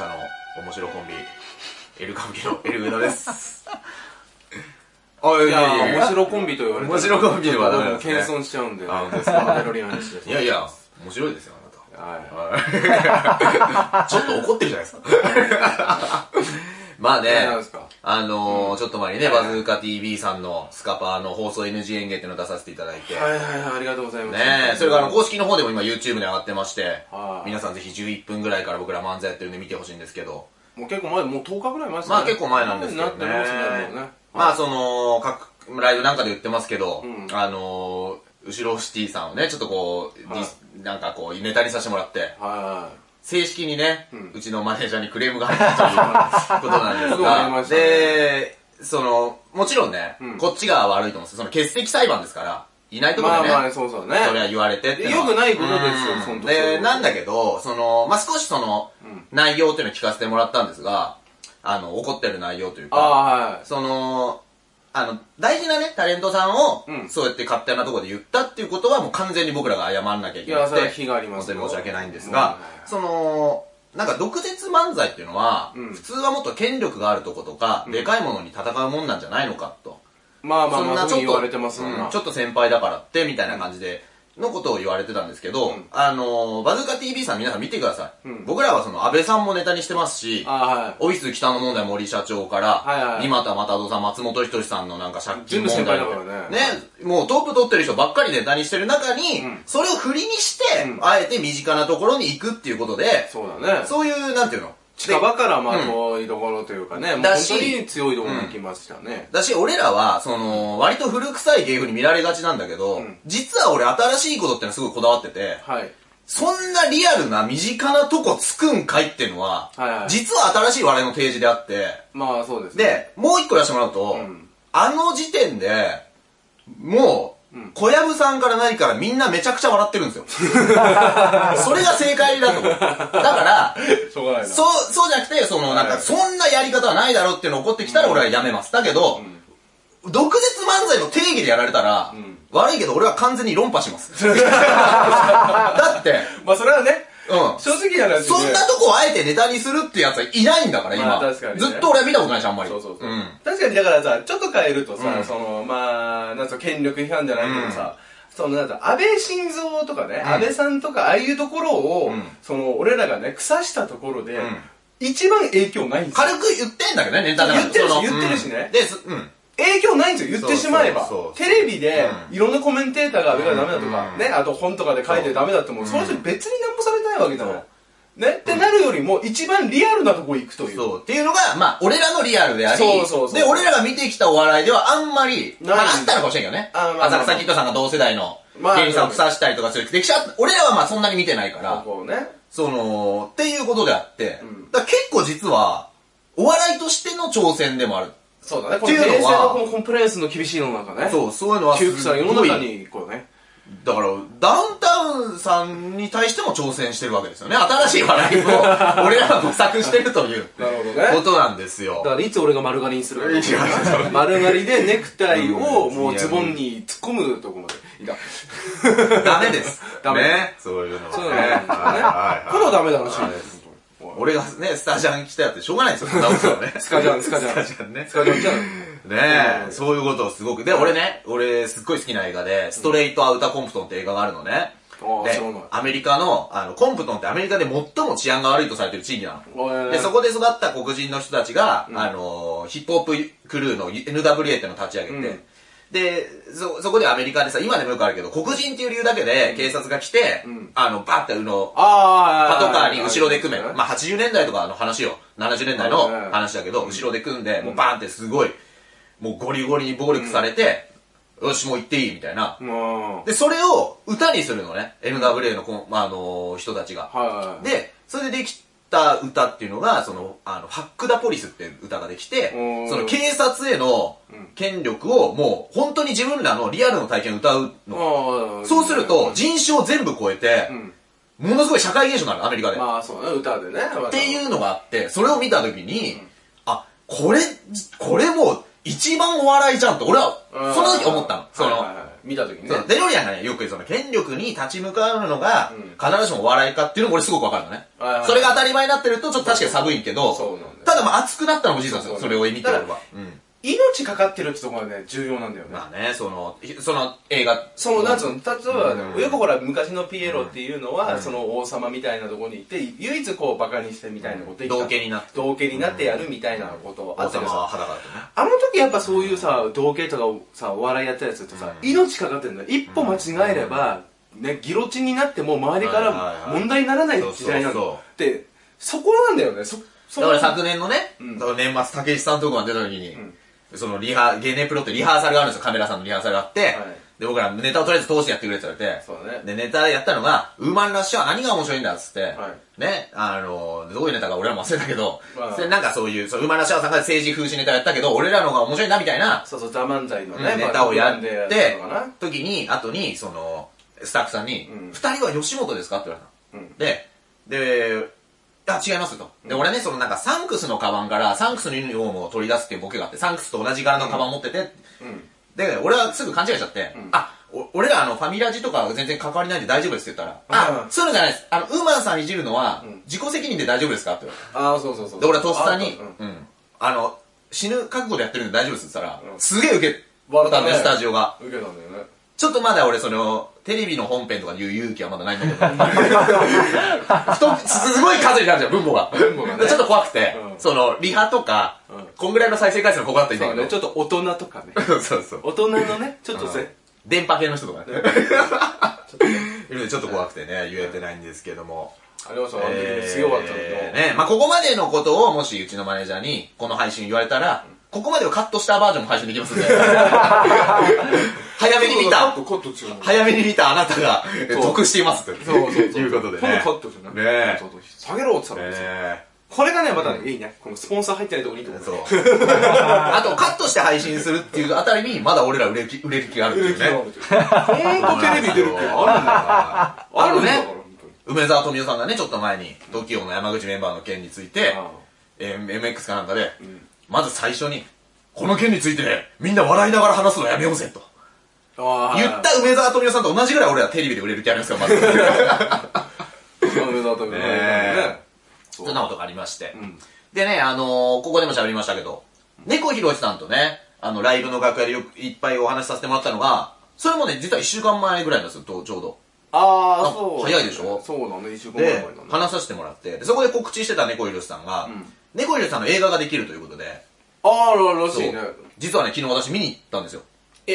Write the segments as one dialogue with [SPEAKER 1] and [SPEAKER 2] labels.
[SPEAKER 1] 面白コンビエル歌舞伎のエルウダです あ
[SPEAKER 2] い
[SPEAKER 1] いや
[SPEAKER 2] や
[SPEAKER 1] いやいや
[SPEAKER 2] 面白コンビと言われて
[SPEAKER 1] 面白コンビはダメなんですね
[SPEAKER 2] 謙遜しちゃうんで、ね、
[SPEAKER 1] あ本当ですか
[SPEAKER 2] カロリーの話です
[SPEAKER 1] いやいや面白いですよあなた
[SPEAKER 2] は
[SPEAKER 1] はいちょっと怒ってるじゃないですか まあ
[SPEAKER 2] い
[SPEAKER 1] ね
[SPEAKER 2] なんですか
[SPEAKER 1] あのーちょっと前にね、バズーカ TV さんのスカパーの放送 NG 演芸っていうのを出させていただいて、
[SPEAKER 2] はいはいはいありがとうございます
[SPEAKER 1] ねえ、それからあの公式の方でも今 YouTube で上がってまして
[SPEAKER 2] は、い
[SPEAKER 1] 皆さんぜひ11分ぐらいから僕ら漫才やってるんで見てほしいんですけど、
[SPEAKER 2] もう結構前もう10日ぐらい前ですね
[SPEAKER 1] まあ結構前なんですけど
[SPEAKER 2] な
[SPEAKER 1] ね
[SPEAKER 2] ってますねもうね。
[SPEAKER 1] まあその、各ライブなんかで言ってますけど、
[SPEAKER 2] うん
[SPEAKER 1] あのー、後ろシティさんをね、ちょっとこう、
[SPEAKER 2] はい
[SPEAKER 1] リなんかこう、ネタにさせてもらって、
[SPEAKER 2] は
[SPEAKER 1] 正式にね、うんちのマネージャーにクレームが入ったということなんです
[SPEAKER 2] そうなりま
[SPEAKER 1] が、
[SPEAKER 2] したね
[SPEAKER 1] で、その、もちろんね、
[SPEAKER 2] うん
[SPEAKER 1] こっちが悪いと思うんですよその欠席裁判ですから、いない
[SPEAKER 2] い
[SPEAKER 1] ところ
[SPEAKER 2] まあ
[SPEAKER 1] でね、
[SPEAKER 2] まあそうそうね
[SPEAKER 1] それは言われてってのは
[SPEAKER 2] よくないことですよ
[SPEAKER 1] うん
[SPEAKER 2] その時
[SPEAKER 1] で、なんだけど、その、まあ、少しその、
[SPEAKER 2] うん
[SPEAKER 1] 内容っていうのを聞かせてもらったんですが、あの、怒ってる内容という
[SPEAKER 2] あ
[SPEAKER 1] か、
[SPEAKER 2] あはい
[SPEAKER 1] その、あの、大事なね、タレントさんを、
[SPEAKER 2] うん
[SPEAKER 1] そうやって勝手なところで言ったっていうことは、もう完全に僕らが謝んなきゃい
[SPEAKER 2] い
[SPEAKER 1] けな
[SPEAKER 2] や
[SPEAKER 1] く
[SPEAKER 2] それは
[SPEAKER 1] て、
[SPEAKER 2] 非がありま
[SPEAKER 1] 本
[SPEAKER 2] す
[SPEAKER 1] 当
[SPEAKER 2] よ
[SPEAKER 1] に申し訳ないんですが、その、なんか毒舌漫才っていうのは、
[SPEAKER 2] うん
[SPEAKER 1] 普通はもっと権力があるとことか、
[SPEAKER 2] うん
[SPEAKER 1] でかいものに戦うもんなんじゃないのかと。
[SPEAKER 2] まあまあまあ
[SPEAKER 1] そ
[SPEAKER 2] そ
[SPEAKER 1] んなち
[SPEAKER 2] ういうふうに言
[SPEAKER 1] ょ
[SPEAKER 2] わ
[SPEAKER 1] っ
[SPEAKER 2] れ
[SPEAKER 1] と、
[SPEAKER 2] てますもん
[SPEAKER 1] う
[SPEAKER 2] なん
[SPEAKER 1] ちょっと先輩だからって、みたいな感じで、のことを言われてたんですけど、
[SPEAKER 2] うん
[SPEAKER 1] あのー、バズーカ TV さん皆さん見てください。
[SPEAKER 2] うん
[SPEAKER 1] 僕らはその、安倍さんもネタにしてますし、
[SPEAKER 2] ああはい
[SPEAKER 1] オフィス北の問題森社長か
[SPEAKER 2] はいはい
[SPEAKER 1] ら、
[SPEAKER 2] はい
[SPEAKER 1] 二俣又人さん、松本人志さんのなんか借金問題
[SPEAKER 2] 全部先輩だからね
[SPEAKER 1] もうトップ取ってる人ばっかりネタにしてる中に、
[SPEAKER 2] うん
[SPEAKER 1] それを振りにして、
[SPEAKER 2] うん
[SPEAKER 1] あえて身近なところに行くっていうことで、
[SPEAKER 2] そうだね
[SPEAKER 1] そういう、なんていうの
[SPEAKER 2] 近場からま
[SPEAKER 1] う
[SPEAKER 2] あ
[SPEAKER 1] ん
[SPEAKER 2] こう居所というかねもう本
[SPEAKER 1] だし
[SPEAKER 2] 当に強いところに来ましたね
[SPEAKER 1] だし、俺らは、その、割と古臭い芸風に見られがちなんだけど、
[SPEAKER 2] うん
[SPEAKER 1] 実は俺新しいことってのすごいこだわってて、
[SPEAKER 2] はい
[SPEAKER 1] そんなリアルな身近なとこつくんかいってのは、
[SPEAKER 2] はいはい
[SPEAKER 1] 実は新しい笑いの提示であって、
[SPEAKER 2] まあそうですね
[SPEAKER 1] で、もう一個出してもらうと、
[SPEAKER 2] うん
[SPEAKER 1] あの時点で、もう、
[SPEAKER 2] うん
[SPEAKER 1] 小籔さんから何からみんなめちゃくちゃ笑って るんですよ。それが正解だと思う。だから、
[SPEAKER 2] しょうがないな
[SPEAKER 1] そう、そうじゃなくて、その、なん
[SPEAKER 2] は
[SPEAKER 1] か、
[SPEAKER 2] い
[SPEAKER 1] そんなやり方はないだろうっていうの怒ってきたら俺はやめます。だけど、毒舌漫才の定義でやられたら、
[SPEAKER 2] ん
[SPEAKER 1] 悪いけど俺は完全に論破し ます。だって、
[SPEAKER 2] まあそれはね
[SPEAKER 1] うん。
[SPEAKER 2] 正直な話で
[SPEAKER 1] そんなとこをあえてネタにするってやつはいないんだから、今。
[SPEAKER 2] まあ確かにね
[SPEAKER 1] ずっと俺は見たことないし、あんまり。
[SPEAKER 2] そうそうそう、
[SPEAKER 1] ん
[SPEAKER 2] 確かにだからさちょっと変えるとさ、
[SPEAKER 1] うん
[SPEAKER 2] そのまあなんつうの権力批判じゃないけどさ、そのなんつうの安倍晋三とかね、安倍さんとかああいうところを、
[SPEAKER 1] うん
[SPEAKER 2] その俺らがね腐したところ
[SPEAKER 1] ん
[SPEAKER 2] で、一番影響ないんですよ
[SPEAKER 1] 軽く言ってんだけどね、ネタだから
[SPEAKER 2] 言ってるし
[SPEAKER 1] その
[SPEAKER 2] 言ってるしね
[SPEAKER 1] うんで、すうん。
[SPEAKER 2] 影響ないんですよ言ってしまえ
[SPEAKER 1] そ
[SPEAKER 2] ば
[SPEAKER 1] うそうそう
[SPEAKER 2] テレビで、
[SPEAKER 1] う
[SPEAKER 2] いろんなコメンテーターが上がダメだとか、
[SPEAKER 1] うん
[SPEAKER 2] ねあと本とかで書いてダメだってもその人に別に何もされないわけだもんね、ってなるよりも一番リアルなとこ行くという
[SPEAKER 1] そう。っていうのが、まあ、俺らのリアルであり、
[SPEAKER 2] そうそうそう
[SPEAKER 1] で、俺らが見てきたお笑いではあんまり、
[SPEAKER 2] ない
[SPEAKER 1] まあ、あったのかもしれんけどね。
[SPEAKER 2] あまあまあ
[SPEAKER 1] 浅草キッドさんが同世代の
[SPEAKER 2] まあ
[SPEAKER 1] 芸人さんを腐したりとかする歴史は、俺らはまあそんなに見てないから、
[SPEAKER 2] こうね
[SPEAKER 1] その、っていうことであって、
[SPEAKER 2] うん
[SPEAKER 1] だから結構実は、お笑いとしての挑戦でもある。
[SPEAKER 2] そうだね、
[SPEAKER 1] っていうのは
[SPEAKER 2] このコンプライアンスの厳しいのなんかね。う。
[SPEAKER 1] そう、そういうのは
[SPEAKER 2] 窮
[SPEAKER 1] す
[SPEAKER 2] 屈な世の
[SPEAKER 1] ごい
[SPEAKER 2] 中に、こうね。
[SPEAKER 1] だから、ダウンタウンさんに対しても挑戦してるわけですよね。新しい笑 いを、俺らが模索してるという、
[SPEAKER 2] なるほどね
[SPEAKER 1] ことなんですよ。
[SPEAKER 2] だから、いつ俺が丸刈りにするか
[SPEAKER 1] いや。
[SPEAKER 2] 丸刈りでネクタイを
[SPEAKER 1] うん
[SPEAKER 2] もうズボンに突っ込むとこまで。いや、
[SPEAKER 1] ダメです。
[SPEAKER 2] ダメ
[SPEAKER 1] ね。そういうのは
[SPEAKER 2] そうだね。ねこれはダメだらしいです。本
[SPEAKER 1] 俺がね、スタジャン来たやってしょうがないで すよ、ダウンタウンね。
[SPEAKER 2] スカジャンスカジャン
[SPEAKER 1] スカジャンね。
[SPEAKER 2] 当に使うじゃん。
[SPEAKER 1] ね
[SPEAKER 2] う
[SPEAKER 1] え、
[SPEAKER 2] ん
[SPEAKER 1] そういうことをすごく。で、俺ね、俺すっごい好きな映画で、ストレイトアウターコンプトンって映画があるのね。
[SPEAKER 2] ああ、
[SPEAKER 1] で
[SPEAKER 2] 知らない、。
[SPEAKER 1] アメリカの、あの、コンプトンってアメリカで最も治安が悪いとされてる地域な
[SPEAKER 2] おいおいお
[SPEAKER 1] の。
[SPEAKER 2] い
[SPEAKER 1] で、そこで育った黒人の人たちが、
[SPEAKER 2] ん
[SPEAKER 1] あの、ヒップホップクルーの NWA ってのを立ち上げて、
[SPEAKER 2] うん
[SPEAKER 1] で、そ、そこでアメリカでさ、今でもよくあるけど、黒人っていう理由だけで警察が来て、
[SPEAKER 2] うん
[SPEAKER 1] あの、バッてあの、パ
[SPEAKER 2] ああ、
[SPEAKER 1] トカーに後ろで組め。ま
[SPEAKER 2] ま
[SPEAKER 1] あ80年代とかの話よ。70年代の話だけど、後ろで組んで、もうバーンってすごい、もうゴリゴリに暴力されて、よし、もう行っていい、みたいな
[SPEAKER 2] う。ん。はい
[SPEAKER 1] で、それを歌にするのね。NWA のこん、まあ、あのー人たちが。
[SPEAKER 2] はい。
[SPEAKER 1] で、それでできた歌っていうのが、その、あの、ハックダポリスっていう歌ができて
[SPEAKER 2] お、ー
[SPEAKER 1] その警察への
[SPEAKER 2] うん
[SPEAKER 1] 権力をもう本当に自分らのリアルの体験を歌うの。
[SPEAKER 2] ああ
[SPEAKER 1] そうすると、、人種を全部超えて
[SPEAKER 2] う、ん。
[SPEAKER 1] ものすごい社会現象になる、アメリカで。
[SPEAKER 2] まあ、そうね、歌でね。っ。
[SPEAKER 1] っていううのがあって、それを見たときに、あ、これ、これもう一番お笑いじゃんと、俺は
[SPEAKER 2] うん、
[SPEAKER 1] その時思ったの。その、
[SPEAKER 2] はいはいはい見た時にね
[SPEAKER 1] そうデロリアンがね、よくその権力に立ち向かうのが、必ずしもお笑いかっていうのも俺すごくわかるのね
[SPEAKER 2] はいはいは。い
[SPEAKER 1] それが当たり前になってると、ちょっと確かに寒いけ
[SPEAKER 2] そうな
[SPEAKER 1] ど
[SPEAKER 2] んだよ、
[SPEAKER 1] ただまあ熱くなったのも事実なんですよ、
[SPEAKER 2] そ
[SPEAKER 1] そうれを見てれ
[SPEAKER 2] だか
[SPEAKER 1] ば。うん
[SPEAKER 2] 命かかってるってところがね重要なんだよね、
[SPEAKER 1] まあね、その、その映画、
[SPEAKER 2] そのなんつうの例えばね、よくほら昔のピエロっていうのは、その王様みたいなところに行って唯一こうバカにしてみたいなこと言った
[SPEAKER 1] 道化になって
[SPEAKER 2] 道化になってやるみたいなことあ
[SPEAKER 1] 王
[SPEAKER 2] ったけ
[SPEAKER 1] 様
[SPEAKER 2] ど
[SPEAKER 1] は
[SPEAKER 2] さ
[SPEAKER 1] 裸だったね。
[SPEAKER 2] あの時やっぱそういうさ道化とかをさお笑いやってたやつってさ、命かかってるんだよ一歩間違えれば、ねギロチンになっても周りか
[SPEAKER 1] はいはい
[SPEAKER 2] ら
[SPEAKER 1] はい
[SPEAKER 2] 問題にならない時代な
[SPEAKER 1] そうそう
[SPEAKER 2] のでそこなんだよねそそ
[SPEAKER 1] だから昨年のね、
[SPEAKER 2] ん
[SPEAKER 1] だから年末、たけしさんとこが出た時に、そのリハ、ゲネプロってリハーサルがあるんですよ、カメラさんのリハーサルがあって、で、僕らネタをとりあえず通してやってくれって言われて、
[SPEAKER 2] そうだね
[SPEAKER 1] で、ネタやったのが、ウーマンラッシュは何が面白いんだっつって、
[SPEAKER 2] は
[SPEAKER 1] ね、あの、どういうネタか俺らも忘れたけど、
[SPEAKER 2] はい
[SPEAKER 1] でなんかそういう、そうウーマンラッシュはさんが政治風刺ネタやったけど、俺らの方が面白いんだみたいな、
[SPEAKER 2] そうそう「ザ漫才のね、
[SPEAKER 1] ネタをやっ
[SPEAKER 2] や
[SPEAKER 1] て
[SPEAKER 2] たのかな、
[SPEAKER 1] 時に、後に、その、スタッフさんに
[SPEAKER 2] うん、
[SPEAKER 1] 二人は吉本ですかって言われた
[SPEAKER 2] う
[SPEAKER 1] の。で、で、あ、違いますと。で、俺ね、そのなんかサンクスのカバンからサンクスのユニフォームを取り出すっていうボケがあって、サンクスと同じ柄のカバン持ってて、
[SPEAKER 2] うん
[SPEAKER 1] で、俺はすぐ勘違いしちゃって、あ、お俺らあの、ファミラジとか全然関わりないんで大丈夫ですって言ったら、
[SPEAKER 2] う
[SPEAKER 1] あ、
[SPEAKER 2] ん
[SPEAKER 1] そういうのじゃないです。あの、ウーマンさんいじるのは
[SPEAKER 2] ん、
[SPEAKER 1] 自己責任で大丈夫ですかって言われた。
[SPEAKER 2] ああそうそうそう
[SPEAKER 1] で、俺はとっさ
[SPEAKER 2] あ
[SPEAKER 1] に
[SPEAKER 2] ったうん、
[SPEAKER 1] うん。あの、死ぬ覚悟でやってるんで大丈夫ですって言ったら、
[SPEAKER 2] うん
[SPEAKER 1] すげえ受け
[SPEAKER 2] 笑った
[SPEAKER 1] た
[SPEAKER 2] ね
[SPEAKER 1] んだよ、スタジオが。
[SPEAKER 2] 受けたんだよね
[SPEAKER 1] ちょっとまだ俺、その、テレビの本編とか言う勇気はまだないんだけど、ふとすごい数になるじゃん、分母が。
[SPEAKER 2] 分母がね
[SPEAKER 1] ちょっと怖くて、
[SPEAKER 2] うん
[SPEAKER 1] その、リハとか、
[SPEAKER 2] うん
[SPEAKER 1] こんぐらいの再生回数のここだったらいい
[SPEAKER 2] そうん
[SPEAKER 1] だ
[SPEAKER 2] ね、
[SPEAKER 1] け
[SPEAKER 2] ちょっと大人と かね。
[SPEAKER 1] ど、そうそう。
[SPEAKER 2] 大人のね、ちょっと
[SPEAKER 1] うん
[SPEAKER 2] ぜ、
[SPEAKER 1] 電波系の人とかね。
[SPEAKER 2] ちょっとね、
[SPEAKER 1] いるんでちょっと怖くてね、言えてないんですけども。
[SPEAKER 2] ありました、あの
[SPEAKER 1] え
[SPEAKER 2] 時
[SPEAKER 1] ー
[SPEAKER 2] すごかったんだけ
[SPEAKER 1] ね、まあここまでのことをもしうちのマネージャーにこの配信言われたら、ここまでをカットしたバージョンも配信でき ますんで。早めに見た
[SPEAKER 2] カット、カット違うの。
[SPEAKER 1] 早めに見たあなたが
[SPEAKER 2] そう
[SPEAKER 1] 得していますと
[SPEAKER 2] そうそうそう。
[SPEAKER 1] いうことで
[SPEAKER 2] 今
[SPEAKER 1] ね
[SPEAKER 2] 度カットじゃない
[SPEAKER 1] ねえ
[SPEAKER 2] そうそう下げろって言ったら、
[SPEAKER 1] ね
[SPEAKER 2] これがね、またね、いいね。このスポンサー入ってないとこにいいと思
[SPEAKER 1] そうあとカットして配信するっていうあたりにまだ俺ら売れる気売れる気があるっていうね
[SPEAKER 2] ね。ほんとテレビ出るってあるんだよ。
[SPEAKER 1] あるね
[SPEAKER 2] あるんだから、ほんとに。
[SPEAKER 1] 梅沢富美男さんがねちょっと前に TOKIO の山口メンバーの件について
[SPEAKER 2] ああ
[SPEAKER 1] えー MX かなんかで、まず最初にこの件についてねみんな笑いながら話すのやめようぜと
[SPEAKER 2] あー
[SPEAKER 1] 言った梅沢富美男さんと同じぐらい俺らテレビで売れる気ありますよ まず
[SPEAKER 2] あ梅沢富美男
[SPEAKER 1] ね
[SPEAKER 2] ね。
[SPEAKER 1] そ
[SPEAKER 2] そ
[SPEAKER 1] んなことがありまして、
[SPEAKER 2] ん
[SPEAKER 1] でねあのーここでも喋りましたけど猫ひろしさんとねあのライブの楽屋でよくいっぱいお話しさせてもらったのがそれもね実は1週間前ぐらいなんですよとちょうど
[SPEAKER 2] あ
[SPEAKER 1] あ
[SPEAKER 2] あ、そう。
[SPEAKER 1] 早いでしょ
[SPEAKER 2] そうなの、一週間ぐらい
[SPEAKER 1] で
[SPEAKER 2] 前なの。
[SPEAKER 1] 話させてもらってでそこで告知してた猫ひろしさんが、猫ひろしさんの映画ができるということで
[SPEAKER 2] ああ、らしいね
[SPEAKER 1] そ。う実はね昨日私見に行ったんですよ
[SPEAKER 2] え、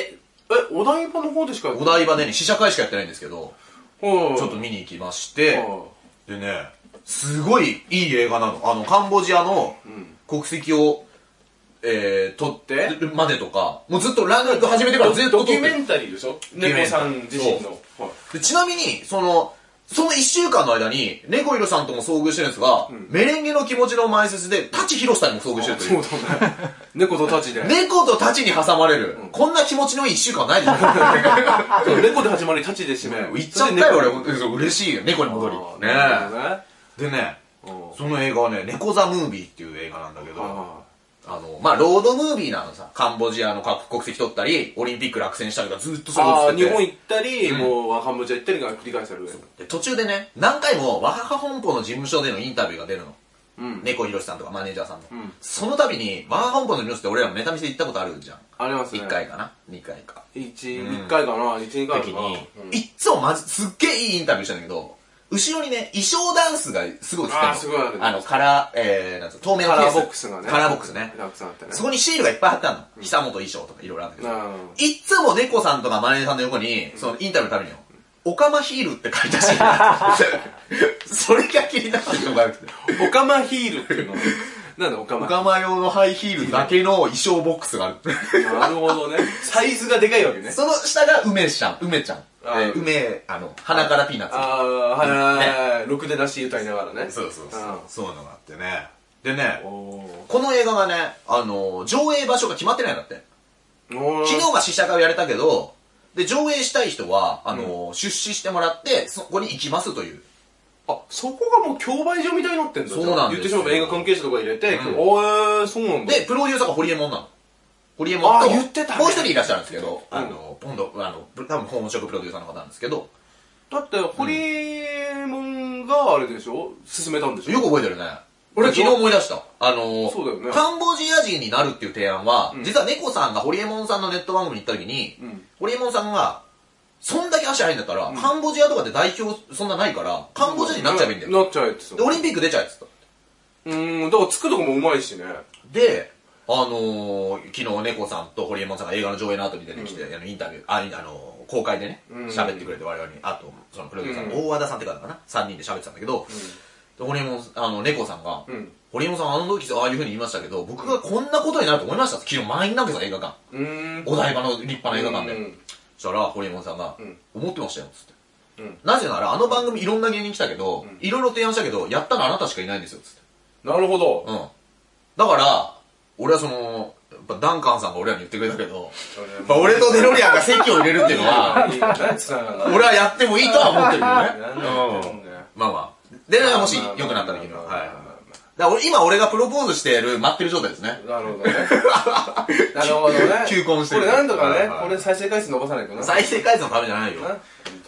[SPEAKER 2] え、お台場の方でしかやって
[SPEAKER 1] お
[SPEAKER 2] ない
[SPEAKER 1] 台場でね試写会しかやってないんですけど
[SPEAKER 2] うん
[SPEAKER 1] ちょっと見に行きまして、
[SPEAKER 2] うん
[SPEAKER 1] でね、すごいいい映画なの。あの、カンボジアの国籍を、えー、取ってるまでとか、もうずっとランニング始めてからずっと
[SPEAKER 2] ドキ
[SPEAKER 1] 撮っ
[SPEAKER 2] ュ
[SPEAKER 1] て
[SPEAKER 2] メ
[SPEAKER 1] る
[SPEAKER 2] ンタリーでしょ
[SPEAKER 1] ドキュメ
[SPEAKER 2] 猫
[SPEAKER 1] ンタ
[SPEAKER 2] さ
[SPEAKER 1] リー
[SPEAKER 2] ん自身の。はい
[SPEAKER 1] でちなみに、その、その一週間の間に、猫色さんとも遭遇してるんですが、メレンゲの気持ちの前説で、舘ひろしさんにも遭遇してるとい。
[SPEAKER 2] そううだね。猫とタチで。
[SPEAKER 1] 猫と舘に挟まれる、こんな気持ちのいい一週間ないですよ。
[SPEAKER 2] そう猫で始まり、タチで締め。
[SPEAKER 1] 行っちゃったよ、俺
[SPEAKER 2] あ
[SPEAKER 1] 本当に。そう嬉しいよ、猫に戻り。
[SPEAKER 2] ー
[SPEAKER 1] ね
[SPEAKER 2] なるほどね
[SPEAKER 1] え。でね、
[SPEAKER 2] うん
[SPEAKER 1] その映画はね、猫ザ・ムービーっていう映画なんだけど、
[SPEAKER 2] あ
[SPEAKER 1] あの、まあ、ロードムービーなのさ。カンボジアの各国籍取ったり、オリンピック落選したりとかずっとそういう
[SPEAKER 2] ー
[SPEAKER 1] こ
[SPEAKER 2] あ
[SPEAKER 1] とし
[SPEAKER 2] ー、
[SPEAKER 1] て
[SPEAKER 2] 日
[SPEAKER 1] て
[SPEAKER 2] 本行ったり、もう、カンボジア行ったりが繰り返される。
[SPEAKER 1] で途中でね、何回もワハハ本舗の事務所でのインタビューが出るの。
[SPEAKER 2] うん。
[SPEAKER 1] 猫ひろしさんとかマネージャーさんの。
[SPEAKER 2] ん
[SPEAKER 1] その度に、ワハハ本舗の事務所って俺らもネタ見せ行ったことあるじゃん。
[SPEAKER 2] ありますね。
[SPEAKER 1] 1回。かな ?2 回か。
[SPEAKER 2] 一、一回かな一、二回か
[SPEAKER 1] 時
[SPEAKER 2] な
[SPEAKER 1] に、いっつもまず、すっげえいいインタビューしたんだけど、後ろにね、衣装ダンスがすごい映ってるの
[SPEAKER 2] あーすごいあるね
[SPEAKER 1] あの、カラー、えー、なんつうの透明のケ
[SPEAKER 2] カ
[SPEAKER 1] ー
[SPEAKER 2] ラ
[SPEAKER 1] ス
[SPEAKER 2] ーボックスがね。
[SPEAKER 1] カラーボックスね。
[SPEAKER 2] たくさんあってね。
[SPEAKER 1] そこにシールがいっぱい貼ってあるの。久本衣装とかいろいろあるんだけど。
[SPEAKER 2] うん
[SPEAKER 1] いっつも猫さんとかマネージャーさんの横に、そのインタビューのためによ、オカマヒールって書いたシ ール。それが気になってしょうがなくて。
[SPEAKER 2] オカマヒールっていう の。なんだ、オカ
[SPEAKER 1] オ
[SPEAKER 2] マ。
[SPEAKER 1] カマ用のハイヒールだけの衣装ボックスがある。
[SPEAKER 2] なるほどね。サイズがでかいわけね。
[SPEAKER 1] その下が梅ちゃん、梅ちゃん。え
[SPEAKER 2] あ
[SPEAKER 1] ー梅、あの、鼻からピーナッ
[SPEAKER 2] ああ、はいはいはい。ろくで出し歌いながらね。
[SPEAKER 1] ツ。そうそうそう
[SPEAKER 2] うん。
[SPEAKER 1] そういうのがあってね。でね、
[SPEAKER 2] おー
[SPEAKER 1] この映画がね、あの、上映場所が決まってないんだって。
[SPEAKER 2] おー
[SPEAKER 1] 昨日は試写会をやれたけど、で、上映したい人は、あの、出資してもらって、そこに行きますという。
[SPEAKER 2] あ、そこがもう競売所みたいになってんだ
[SPEAKER 1] そうなん
[SPEAKER 2] じゃあ言
[SPEAKER 1] で
[SPEAKER 2] っ
[SPEAKER 1] す
[SPEAKER 2] て
[SPEAKER 1] よ
[SPEAKER 2] しまえば映画関係者とか入れて、
[SPEAKER 1] うん
[SPEAKER 2] おー、そうなんだ。
[SPEAKER 1] で、プロデューサーが堀江門なの。ホリエモンと、
[SPEAKER 2] あ言ってたね
[SPEAKER 1] もう一人いらっしゃるんですけど、あの、今度、あの、多分本職プロデューサーの方なんですけど、
[SPEAKER 2] だってホリエモンがあれでしょ進めたんでしょ
[SPEAKER 1] よく覚えてるね。俺
[SPEAKER 2] でし
[SPEAKER 1] 昨
[SPEAKER 2] ょ
[SPEAKER 1] 日思い出した。あの
[SPEAKER 2] そうだよね
[SPEAKER 1] カンボジア人になるっていう提案は、
[SPEAKER 2] うん
[SPEAKER 1] 実は猫さんがホリエモンさんのネット番組に行った時に、
[SPEAKER 2] うん
[SPEAKER 1] ホリエモンさんが、そんだけ足速いんだったら、カンボジアとかで代表そんなないから、カンボジア人になっちゃえばいいんだよ。
[SPEAKER 2] なっちゃえってさ
[SPEAKER 1] で、オリンピック出ちゃえって言っ
[SPEAKER 2] うんだから作るとこもうまいしね
[SPEAKER 1] た。で、あのー、昨日猫さんとホリエモンさんが映画の上映の後に出てきて、あのインタビュー、あ、あのー公開でね、
[SPEAKER 2] うん
[SPEAKER 1] 喋ってくれて我々に、あと、そのプロデューサー
[SPEAKER 2] う
[SPEAKER 1] の大和田さんって方かな、3人で喋ってたんだけど、でホリエモン、あの、猫さんが、
[SPEAKER 2] うん
[SPEAKER 1] 堀江さんあの時ああいう風に言いましたけど僕がこんなことになると思いました昨日満員なんですよ映画館
[SPEAKER 2] うん
[SPEAKER 1] お台場の立派な映画館で、
[SPEAKER 2] うん
[SPEAKER 1] そしたら堀江さんが、
[SPEAKER 2] ん
[SPEAKER 1] 思ってましたよ」っつって、
[SPEAKER 2] うん
[SPEAKER 1] なぜならあの番組いろんな芸人来たけど、いろいろ提案したけどやったのあなたしかいないんですよっつって
[SPEAKER 2] なるほど
[SPEAKER 1] うんだから俺はそのやっぱダンカンさんが俺らに言ってくれたけどやっぱ俺とデロリアンが席を入れるっていうの は
[SPEAKER 2] いいよ何つながるの
[SPEAKER 1] 俺はやってもいいとは思って るけ
[SPEAKER 2] 何や
[SPEAKER 1] ど
[SPEAKER 2] って
[SPEAKER 1] ね、
[SPEAKER 2] んだよ
[SPEAKER 1] まあまあデロリアンがもし
[SPEAKER 2] まあまあ
[SPEAKER 1] 良くなった時のはい
[SPEAKER 2] まあまあ
[SPEAKER 1] はいはいだから俺今俺がプロポーズしてる待ってる状態ですね
[SPEAKER 2] なるほど ねなるほどね
[SPEAKER 1] 求婚してる
[SPEAKER 2] これなんとか
[SPEAKER 1] はい
[SPEAKER 2] ね
[SPEAKER 1] はい
[SPEAKER 2] これ再生回数伸ばさないとな
[SPEAKER 1] 再生回数のためじゃないよ
[SPEAKER 2] な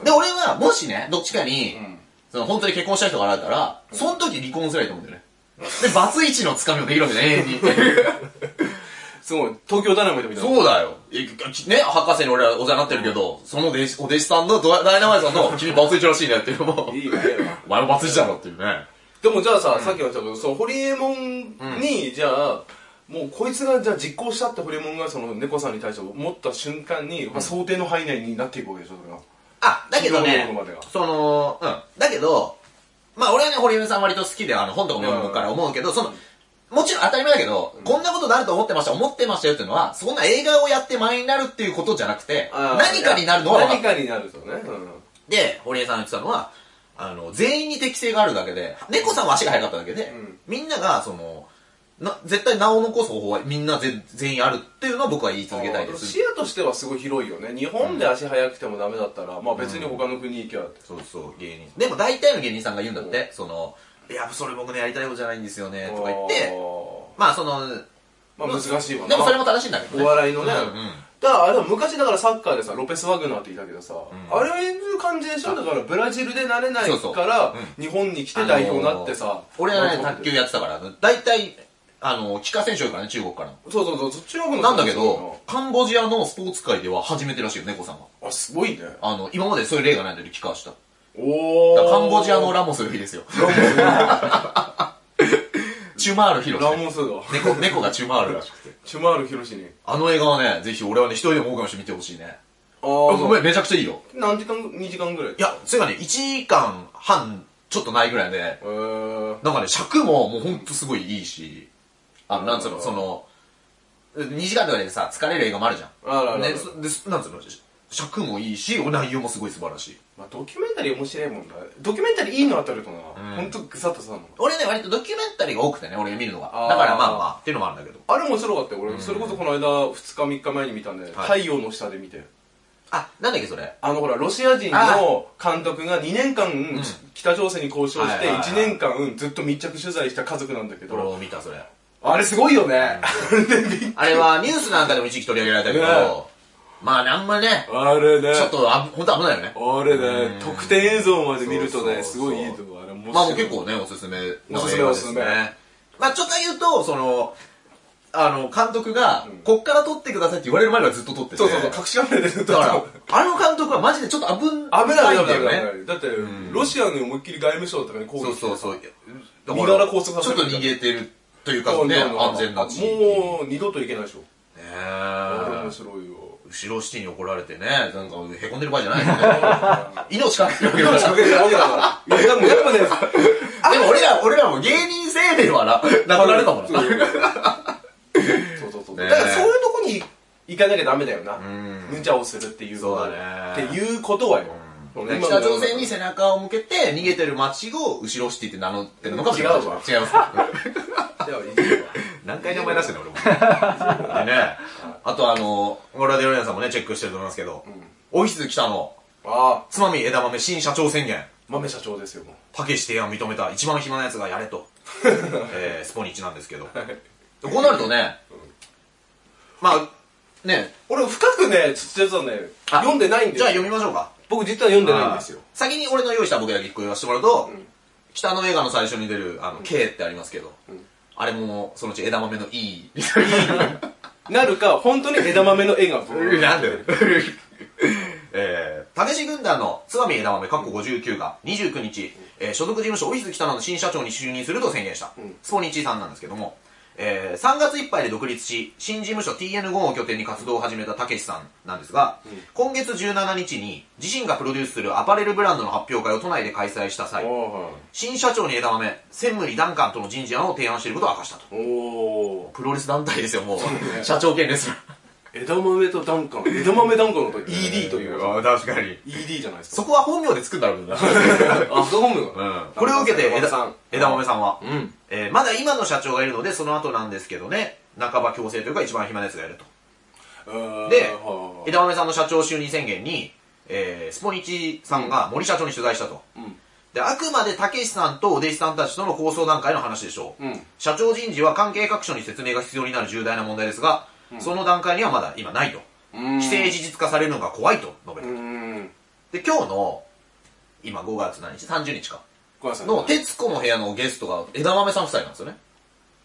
[SPEAKER 1] で俺はもしねどっちかに、
[SPEAKER 2] ん
[SPEAKER 1] その本当に結婚した人が現れたら、その時離婚すればいいと思うんだよねでバツイチのつかみをできるわけだよ永遠に
[SPEAKER 2] すごい東京ダイナマイトみたいな
[SPEAKER 1] そうだよえね博士に俺はお世話になってるけど、その弟子お弟子さんのドダイナマイトさんの君バツイチらしいねっていうのも
[SPEAKER 2] いいわいいわ
[SPEAKER 1] お前もバツイチだろっていうね
[SPEAKER 2] でもじゃあさ、さっきの多分そのホリエモンに、じゃあもうこいつがじゃあ実行したってホリエモンがその猫さんに対して思った瞬間に、まあ、想定の範囲内になっていくわけでしょそれは
[SPEAKER 1] あだけど
[SPEAKER 2] 昨日の
[SPEAKER 1] ね
[SPEAKER 2] 夜までは
[SPEAKER 1] そのうんだけどまあ俺はね堀江さん割と好きであの本とかも読むから思うけど、そのもちろん当たり前だけど、こんなことになると思ってました、思ってましたよっていうのは、そんな映画をやって前になるっていうことじゃなくて、何かになるのは分かっ
[SPEAKER 2] 何かになるとね、
[SPEAKER 1] で、堀江さんが言ってたのは、あの、全員に適性があるだけで、猫さんは足が速かっただけで、
[SPEAKER 2] うん
[SPEAKER 1] みんなが、その、な、絶対名を残す方法はみんな全全員あるっていうのは僕は言い続けたいで
[SPEAKER 2] うん、
[SPEAKER 1] す
[SPEAKER 2] 視。野としてはすごい広いよね日本で足速くてもダメだったら、まあ別に他の国行きゃって、
[SPEAKER 1] そうそう、芸人。でも大体の芸人さんが言うんだって、その、いや、それ僕ね、やりたいことじゃないんですよね、とか言って、まあその、
[SPEAKER 2] まあ難しいわな
[SPEAKER 1] でもそれも正しいんだけどね。
[SPEAKER 2] お笑いのね、
[SPEAKER 1] うんうん
[SPEAKER 2] だからあれは昔だからサッカーでさロペス・ワグナーっていたけどさ、
[SPEAKER 1] ん
[SPEAKER 2] あれはいう感じでしょだからブラジルでなれないから
[SPEAKER 1] そうそう
[SPEAKER 2] 日本に来て代表になってさ、
[SPEAKER 1] あのー俺はね、
[SPEAKER 2] なんか
[SPEAKER 1] 卓球やってたから、大体、あの、帰化選手多いからね、中国からの。
[SPEAKER 2] そうそうそうそっちの方
[SPEAKER 1] なんだけど、カンボジアのスポーツ界では初めてらしいよ、猫さんが。
[SPEAKER 2] あすごいね
[SPEAKER 1] あの、今までそういう例がないので帰化した。
[SPEAKER 2] お
[SPEAKER 1] だ
[SPEAKER 2] お
[SPEAKER 1] からカンボジアのラモスよりですよ。 チュマールヒロシ
[SPEAKER 2] ラモスが
[SPEAKER 1] 猫、猫がチュマールらしくて。
[SPEAKER 2] チュマール・ヒロシに
[SPEAKER 1] あの映画はね、ぜひ俺はね、一人でも多くの人見てほしいね。
[SPEAKER 2] あ
[SPEAKER 1] あご
[SPEAKER 2] あ
[SPEAKER 1] めん、めちゃくちゃいいよ。
[SPEAKER 2] 何時間2時間ぐらい
[SPEAKER 1] いや、それがね、1時間半ちょっとないぐらいで、
[SPEAKER 2] えー、
[SPEAKER 1] なんかね、尺ももうほんとすごいいいし、あの、なんつう
[SPEAKER 2] う
[SPEAKER 1] の、
[SPEAKER 2] ん
[SPEAKER 1] その、2時間とかでさ、疲れる映画もあるじゃん。
[SPEAKER 2] あらあらあら
[SPEAKER 1] ね、そでそなんつうの、尺もいいし、内容もすごい素晴らしい。
[SPEAKER 2] まあ、ドキュメンタリー面白いもんだドキュメンタリーいいの当たるとな、ほんとグサッとさの
[SPEAKER 1] 俺ね、割とドキュメンタリーが多くてね、俺が見るのが。
[SPEAKER 2] あー
[SPEAKER 1] だからまあまあ、っていうのもあるんだけど。
[SPEAKER 2] あれ面白かったよ俺、それこそこの間2日3日前に見たんで、太陽の下で見て
[SPEAKER 1] あ、なんだっけ、それ。
[SPEAKER 2] あのほら、ロシア人の監督が2年間、北朝鮮に交渉し
[SPEAKER 1] はい
[SPEAKER 2] て、
[SPEAKER 1] はいはい
[SPEAKER 2] 1年間ずっと密着取材した家族なんだけ
[SPEAKER 1] 俺
[SPEAKER 2] ど、
[SPEAKER 1] も見た、それ。
[SPEAKER 2] あれすごいよね。
[SPEAKER 1] あれはニュースなんかでも一時期取り上げられたけど
[SPEAKER 2] ね、
[SPEAKER 1] まあね、あんまりね、
[SPEAKER 2] あれね
[SPEAKER 1] ちょっと、あ、ほんと危ないよね。
[SPEAKER 2] あれね、特典映像まで見るとね、
[SPEAKER 1] そ
[SPEAKER 2] す
[SPEAKER 1] うそうそう
[SPEAKER 2] ごいいいと思う。あれ面白い。
[SPEAKER 1] まあもう結構ね、おすすめの
[SPEAKER 2] おすす
[SPEAKER 1] 映
[SPEAKER 2] め
[SPEAKER 1] 画
[SPEAKER 2] お
[SPEAKER 1] ですす
[SPEAKER 2] す
[SPEAKER 1] ね
[SPEAKER 2] め。
[SPEAKER 1] まあちょっとだけ言うと、その、あの、監督が、こっから撮ってくださいって言われる前からずっと撮ってて。
[SPEAKER 2] そうそうそう、隠しカメラでずっと。
[SPEAKER 1] だから、あの監督はマジでちょっと危
[SPEAKER 2] 危ない
[SPEAKER 1] ん
[SPEAKER 2] 危
[SPEAKER 1] だ
[SPEAKER 2] ない
[SPEAKER 1] よ
[SPEAKER 2] 危な
[SPEAKER 1] ね。
[SPEAKER 2] い。だって、ロシアの思いっきり外務省とかに攻撃
[SPEAKER 1] そうそうそう。だ
[SPEAKER 2] 身柄拘束さ
[SPEAKER 1] ち
[SPEAKER 2] せ
[SPEAKER 1] ょ
[SPEAKER 2] る
[SPEAKER 1] っと逃げてるというかね、
[SPEAKER 2] どんどんどん
[SPEAKER 1] 安全な地域。
[SPEAKER 2] もう二度といけないでしょ。
[SPEAKER 1] ね
[SPEAKER 2] あれ
[SPEAKER 1] え
[SPEAKER 2] 面白いよ。
[SPEAKER 1] 後ろシティに怒られてね、なんかへこんでる場合じゃないよね。 命かけるわけだから。
[SPEAKER 2] けてるわけだから。いや、でも、でもね、
[SPEAKER 1] でも俺ら、俺らも芸人生命はな、なくなるかもな。
[SPEAKER 2] そうそうそう。
[SPEAKER 1] ねえ
[SPEAKER 2] だからそういうとこに行かなきゃダメだよな。
[SPEAKER 1] ん
[SPEAKER 2] 無茶をするっていうこと
[SPEAKER 1] そうだね
[SPEAKER 2] っていうことはよ。
[SPEAKER 1] 北朝鮮に背中を向けて逃げてる街を後ろシティって名乗ってるのかもしれない。
[SPEAKER 2] 違うわ
[SPEAKER 1] 違います。
[SPEAKER 2] ではいいわ
[SPEAKER 1] 何回名前出してんだ 俺も。でね、あとあの、俺はデロリアンさんもね、チェックしてると思いますけど、オフィス来たの、
[SPEAKER 2] ああ、
[SPEAKER 1] つまみ枝豆新社長宣言、
[SPEAKER 2] 豆社長ですよ、も
[SPEAKER 1] たけし提案認めた、一番暇なやつがやれ と、えースポニチなんですけど。こうなるとね、まあ、ね
[SPEAKER 2] 俺深くねちょっとね
[SPEAKER 1] あ
[SPEAKER 2] 読んでないんで
[SPEAKER 1] じ
[SPEAKER 2] す
[SPEAKER 1] ゃあ
[SPEAKER 2] よ
[SPEAKER 1] 読みましょうか。
[SPEAKER 2] 僕実は読んでないんですよ
[SPEAKER 1] あー先に俺の用意した僕だけ一個言わせてもらうと、
[SPEAKER 2] うん
[SPEAKER 1] 北の映画の最初に出る、あの、K ってありますけど、
[SPEAKER 2] ん
[SPEAKER 1] あれも、そのうち枝豆の E みたい
[SPEAKER 2] なるか本当に枝豆の絵が ブ
[SPEAKER 1] な。
[SPEAKER 2] ー
[SPEAKER 1] なんでえー、たけし軍団の津波枝豆かっこ59が29日、えー所属事務所オフィス北野の新社長に就任すると宣言した、
[SPEAKER 2] ん
[SPEAKER 1] スポニチさんなんですけども、えー、3月いっぱいで独立し新事務所 TN5 を拠点に活動を始めたたけしさんなんですが、今月17日に自身がプロデュースするアパレルブランドの発表会を都内で開催した際
[SPEAKER 2] お
[SPEAKER 1] 新社長に枝豆専務にダンカンとの人事案を提案していることを明かしたと
[SPEAKER 2] ーおー
[SPEAKER 1] プロレス団体ですよもう
[SPEAKER 2] ね
[SPEAKER 1] 社長兼レスラー
[SPEAKER 2] 枝豆とダンカン枝豆ダンカ ンのこと ED という
[SPEAKER 1] あ確かに
[SPEAKER 2] ED じゃないですか
[SPEAKER 1] そこは本名で作んだろうな
[SPEAKER 2] あそう思う
[SPEAKER 1] うん
[SPEAKER 2] よ
[SPEAKER 1] これを受けて
[SPEAKER 2] 枝
[SPEAKER 1] 枝
[SPEAKER 2] 豆さん
[SPEAKER 1] 枝豆さんは、
[SPEAKER 2] うん
[SPEAKER 1] えーまだ今の社長がいるのでその後なんですけどね半ば強制というか一番暇なやつがいるとで
[SPEAKER 2] は
[SPEAKER 1] 枝豆さんの社長就任宣言に、えースポニチさんが森社長に取材したと、
[SPEAKER 2] ん
[SPEAKER 1] であくまでたけしさんとお弟子さんたちとの構想段階の話でしょう、
[SPEAKER 2] うん
[SPEAKER 1] 社長人事は関係各所に説明が必要になる重大な問題ですが、その段階にはまだ今ないと
[SPEAKER 2] うん
[SPEAKER 1] 既成事実化されるのが怖いと述べ
[SPEAKER 2] う
[SPEAKER 1] た、
[SPEAKER 2] ん
[SPEAKER 1] で今日の今5月何日30日か
[SPEAKER 2] ごめんなさい
[SPEAKER 1] の「徹子の部屋」のゲストが枝豆さん夫妻なんですよね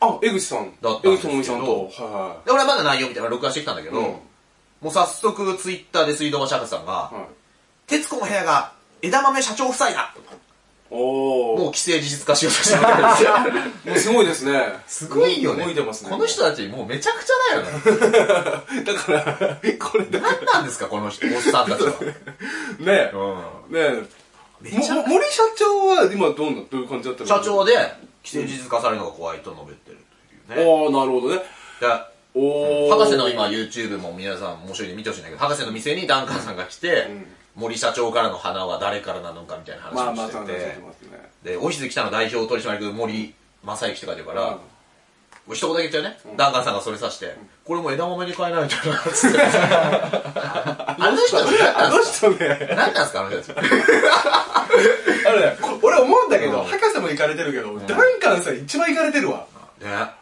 [SPEAKER 2] あ江口さん
[SPEAKER 1] だったん
[SPEAKER 2] 江
[SPEAKER 1] ですけど
[SPEAKER 2] 口智美さんとは
[SPEAKER 1] で俺はまだ内容みたいなの録画してきたんだけ
[SPEAKER 2] い
[SPEAKER 1] ど、もう早速ツイッターで水道橋博士さんが
[SPEAKER 2] はい
[SPEAKER 1] 「徹子の部屋が枝豆社長夫妻だ!」
[SPEAKER 2] おお
[SPEAKER 1] もう既成事実化しようとしてるんですよ
[SPEAKER 2] もうすごいですね。
[SPEAKER 1] すごいよね
[SPEAKER 2] 動いてますね。
[SPEAKER 1] この人たちもうめちゃくちゃだよね
[SPEAKER 2] だから、 これだ。ね
[SPEAKER 1] 何なんですかこの人おっさんたちは、
[SPEAKER 2] え。
[SPEAKER 1] う
[SPEAKER 2] ね
[SPEAKER 1] め
[SPEAKER 2] え。
[SPEAKER 1] ちゃ
[SPEAKER 2] も森社長は今どうな、どういう感じだったの
[SPEAKER 1] 社長で既成事実化されるのが怖いと述べてるというね
[SPEAKER 2] おー、なるほどね。
[SPEAKER 1] で
[SPEAKER 2] おー。
[SPEAKER 1] 博士の今 YouTube も皆さん面白いんで見てほしいんだけど博士の店にダンカンさんが来て、森社長からの花は誰からなのかみたいな
[SPEAKER 2] まあ
[SPEAKER 1] 話
[SPEAKER 2] ま
[SPEAKER 1] をして
[SPEAKER 2] あ、そう
[SPEAKER 1] て、
[SPEAKER 2] ですね。
[SPEAKER 1] で、オフィス北の代表取締役森正幸って書いてるから、
[SPEAKER 2] うん
[SPEAKER 1] もう一言だけ言っちゃうね、ダンカンさんがそれさして、これもう枝豆に変えないみたいなつって あの人たち何な
[SPEAKER 2] あ
[SPEAKER 1] ん
[SPEAKER 2] の
[SPEAKER 1] す
[SPEAKER 2] 人
[SPEAKER 1] か
[SPEAKER 2] ね、
[SPEAKER 1] 何なんすかあの人たち
[SPEAKER 2] あれね、こ俺思うんだけ
[SPEAKER 1] う
[SPEAKER 2] ど、
[SPEAKER 1] ん
[SPEAKER 2] 博士も行かれてるけど、ダンカンさん一番行かれてるわ。
[SPEAKER 1] ね
[SPEAKER 2] あ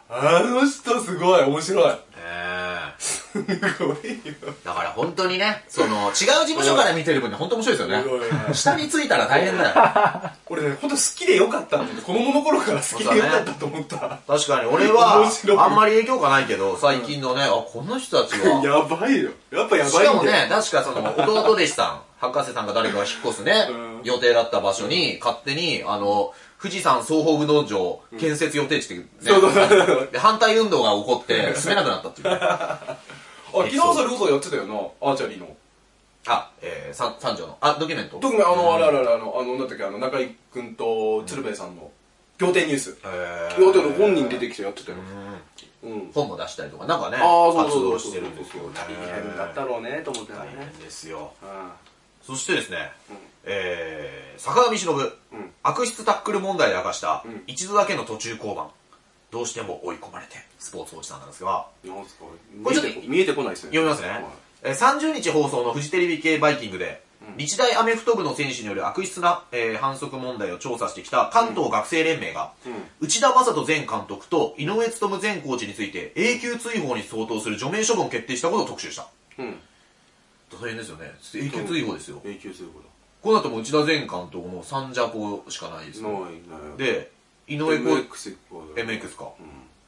[SPEAKER 2] の人すごい、面白い。
[SPEAKER 1] えー
[SPEAKER 2] すごいよ。
[SPEAKER 1] だから本当にね、その、違う事務所から見てる分ね、本当面白いですよ
[SPEAKER 2] すごいね
[SPEAKER 1] ね。下についたら大変だよ。
[SPEAKER 2] 俺ね、ほんと好きでよかったんだけど、子供の頃から好きでよかったと思った。
[SPEAKER 1] 確かに俺
[SPEAKER 2] 面白い
[SPEAKER 1] は、あんまり影響がないけど、最近のね、あ、この人たちは、
[SPEAKER 2] やばいよ。やっぱやばいんだよ。
[SPEAKER 1] しかもね、確かその、弟弟子さん、博士さんが誰かが引っ越すね、
[SPEAKER 2] うん
[SPEAKER 1] 予定だった場所に、勝手に、あの、富士山総北農場建設予定地って、ね
[SPEAKER 2] そうそうそう
[SPEAKER 1] で、反対運動が起こって、住めなくなったっていうね。
[SPEAKER 2] あ、昨日それこそやってたよな、アーチャリーの。
[SPEAKER 1] あ、えー、三三条の、あ、ドキュメント。
[SPEAKER 2] 特にあの、あれあれあれ、あの、あの、なんだっけ、あの、中井くんと鶴瓶さんの、仰天ニュース。
[SPEAKER 1] えー
[SPEAKER 2] 仰天の本人出てきてやってたよ。うん。
[SPEAKER 1] 本も出したりとか、なんかね、
[SPEAKER 2] ああ、そう
[SPEAKER 1] 活
[SPEAKER 2] そ
[SPEAKER 1] 動
[SPEAKER 2] うそう。
[SPEAKER 1] してるんですよね。
[SPEAKER 2] 大変だったろうね、と思ってた
[SPEAKER 1] 大
[SPEAKER 2] ね。
[SPEAKER 1] 変ですよ。
[SPEAKER 2] あ
[SPEAKER 1] そしてですね、えー、坂上忍、
[SPEAKER 2] ん
[SPEAKER 1] 悪質タックル問題で明かした、
[SPEAKER 2] ん
[SPEAKER 1] 一度だけの途中降板、どうしても追い込まれて、スポーツ報知さんなんですが、
[SPEAKER 2] あなんすか、
[SPEAKER 1] これちょっと
[SPEAKER 2] 見えて見えてこないですね。
[SPEAKER 1] 読みますね、えー30日放送のフジテレビ系バイキングで、日大アメフト部の選手による悪質な、えー反則問題を調査してきた関東学生連盟が、内田正人前監督と井上努前コーチについて永久追放に相当する除名処分を決定したことを特集した
[SPEAKER 2] うん。
[SPEAKER 1] 大変ですよね永久追放ですよ
[SPEAKER 2] 永久するこ
[SPEAKER 1] こうなってもう内田前監督のサンジャポしかないです
[SPEAKER 2] と。
[SPEAKER 1] よ
[SPEAKER 2] ないな
[SPEAKER 1] で井上コーチ
[SPEAKER 2] MX 行く
[SPEAKER 1] MX か、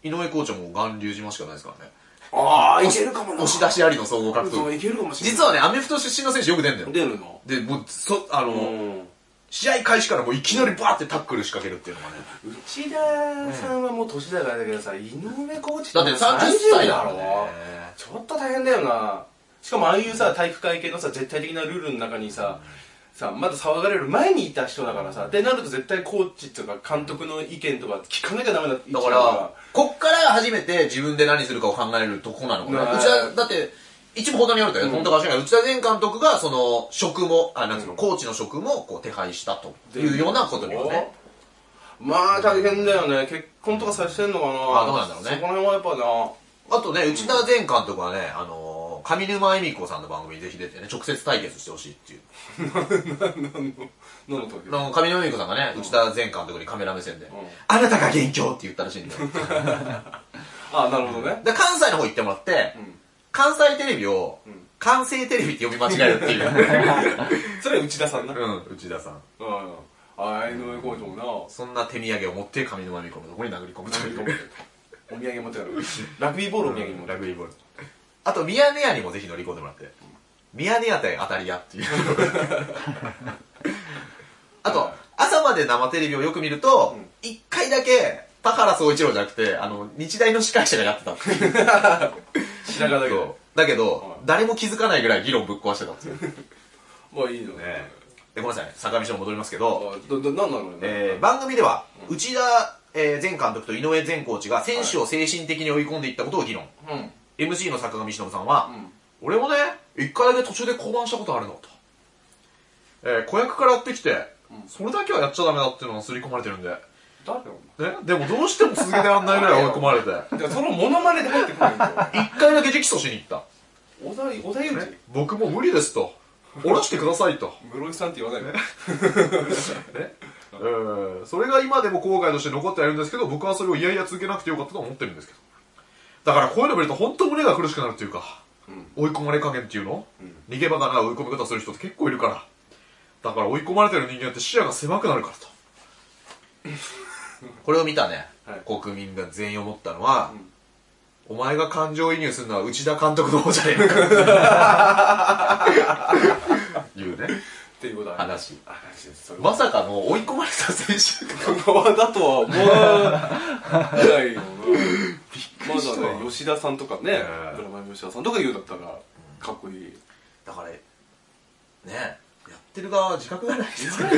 [SPEAKER 1] 井上コーチはもう巌流島しかないですからね
[SPEAKER 2] ああ、いけるかもな。
[SPEAKER 1] 押し出しありの総合格闘
[SPEAKER 2] そう
[SPEAKER 1] 技
[SPEAKER 2] いけるかもしれない。
[SPEAKER 1] 実はねアメフト出身の選手よく出んだよ
[SPEAKER 2] 出るの。
[SPEAKER 1] で、もう、そ、あの、
[SPEAKER 2] うん。
[SPEAKER 1] 試合開始からもういきなりバーってタックル仕掛けるっていうのがね。
[SPEAKER 2] 内田さんはもう年だからだけどさ、井上コーチ
[SPEAKER 1] だって30歳だろうね
[SPEAKER 2] ちょっと大変だよなしかもああいうさ体育会系のさ絶対的なルールの中にささまだ騒がれる前にいた人だからさってなると絶対コーチとか監督の意見とか聞かなきゃダメだって
[SPEAKER 1] だから、こっから初めて自分で何するかを考えるとこなのかな。
[SPEAKER 2] ね
[SPEAKER 1] うちは、だって、一部報道によると、本当かもしれない内田前監督が、その、職も、あ、なんつうの、コーチの職も、こう、手配したというようなことにはね。
[SPEAKER 2] まあ大変だよね結婚とかさせてんのかな
[SPEAKER 1] あどうなんだろうね
[SPEAKER 2] そこら辺はやっぱな
[SPEAKER 1] あとね、内田前監督はね、あのー、上沼恵美子さんの番組にぜひ出てね、直接対決してほしいっていう。
[SPEAKER 2] 何の時
[SPEAKER 1] あの上沼恵美子さんがね、内田前監督にカメラ目線で、あなた が元凶って言ったらしいんだよ。
[SPEAKER 2] ああなるほどね
[SPEAKER 1] で関西の方行ってもらって、関西テレビを
[SPEAKER 2] ん、
[SPEAKER 1] 関西テレビって呼び間違えるって いう。
[SPEAKER 2] それは内田さんな。うん。
[SPEAKER 1] うん、内田さん。
[SPEAKER 2] ああ、井上公もな、
[SPEAKER 1] そんな手土産を持って上沼恵美子のとこに殴り込むという。
[SPEAKER 2] お土産持ってたから。ラグビーボールお土産に持って
[SPEAKER 1] ラ
[SPEAKER 2] た
[SPEAKER 1] グビーボール。あと、ミヤネ屋にもぜひ乗り込んでもらって。ミヤネ屋対当たり屋 っていう。あと、朝まで生テレビをよく見ると
[SPEAKER 2] うん、
[SPEAKER 1] 一、回だけ、田原総一郎じゃなくて、あの、日大の司会者がやってたっていう。
[SPEAKER 2] 白髪だけ
[SPEAKER 1] そう
[SPEAKER 2] ど。
[SPEAKER 1] だけ
[SPEAKER 2] は
[SPEAKER 1] ど
[SPEAKER 2] い、
[SPEAKER 1] 誰も気づかないぐらい議論ぶっ壊してたんですよ。ね
[SPEAKER 2] まあいいのね。
[SPEAKER 1] で、ごめんなさい、坂道に戻りますけど、
[SPEAKER 2] あど、ど、なんなのね。
[SPEAKER 1] えー番組では、内田、えー前監督と井上前コーチが選手を精神的に追い込んでいったことを議論。
[SPEAKER 2] うん。
[SPEAKER 1] MC の坂上忍さんは、
[SPEAKER 2] うん
[SPEAKER 1] 俺もね、一回だけ途中で降板したことあるのと。えー子役からやってきて、それだけはやっちゃダメだっていうのが刷り込まれてるんで。ね、
[SPEAKER 2] 誰よ
[SPEAKER 1] でもどうしても続けてやんないぐらい追い込ま れて、
[SPEAKER 2] お前。だからそのモノマネで入ってこないんだよ。
[SPEAKER 1] 一回だけ直訴しに行った。
[SPEAKER 2] 小田、小田裕二
[SPEAKER 1] 僕もう無理ですと。下ろしてくださいと。
[SPEAKER 2] 室井さんって言わないの
[SPEAKER 1] ねえーそれが今でも後悔として残ってはいるんですけど僕はそれをいやいや続けなくてよかったと思ってるんですけどだからこういうの見ると本当胸が苦しくなるっていうか、追い込まれ加減っていうの、逃げ場がない追い込み方する人って結構いるからだから追い込まれてる人間って視野が狭くなるからとこれを見たね、
[SPEAKER 2] はい
[SPEAKER 1] 国民が全員思ったのは、お前が感情移入するのは内田監督の方じゃねえか いうね
[SPEAKER 2] っていうことはね
[SPEAKER 1] 話
[SPEAKER 2] 話です。それ
[SPEAKER 1] まさかの追い込まれた選手が
[SPEAKER 2] 側だとは思わないよなま
[SPEAKER 1] した
[SPEAKER 2] だね吉田さんとかね、
[SPEAKER 1] え
[SPEAKER 2] ドラマの吉田さんとか言うんだったらかっこいい
[SPEAKER 1] だからねやってる側は自覚がないですね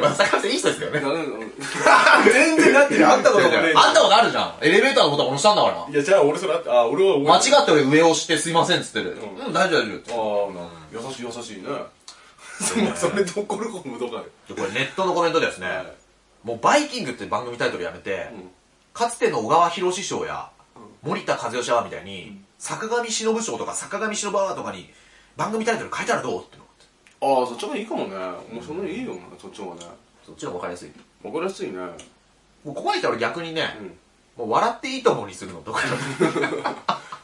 [SPEAKER 1] まさかっていい人ですよね
[SPEAKER 2] な 全然なってるあんたこともね
[SPEAKER 1] あんたことあるじゃんエレベーターのボタン押したんだから
[SPEAKER 2] いやじゃあ俺それあってあ俺は俺
[SPEAKER 1] 間違って俺上押してすいませんっつってる
[SPEAKER 2] うん
[SPEAKER 1] うん大丈夫大丈夫
[SPEAKER 2] ああ優しい優しいねそんなそれどころかもどかよ
[SPEAKER 1] でこれネットのコメントでですね
[SPEAKER 2] はい
[SPEAKER 1] もうバイキングって番組タイトルやめてかつての小川博史賞や森田和義アワーみたいに坂上忍賞とか坂上忍アワーとかに番組タイトル変えたらどうっての
[SPEAKER 2] ああそっちの方がいいかもねもうそのいいよなそっちの方がね
[SPEAKER 1] そっちの方が分かりやすい
[SPEAKER 2] 分かりやすいね
[SPEAKER 1] もうここまで来たら俺逆にね
[SPEAKER 2] うん
[SPEAKER 1] もう笑っていいともにするの とか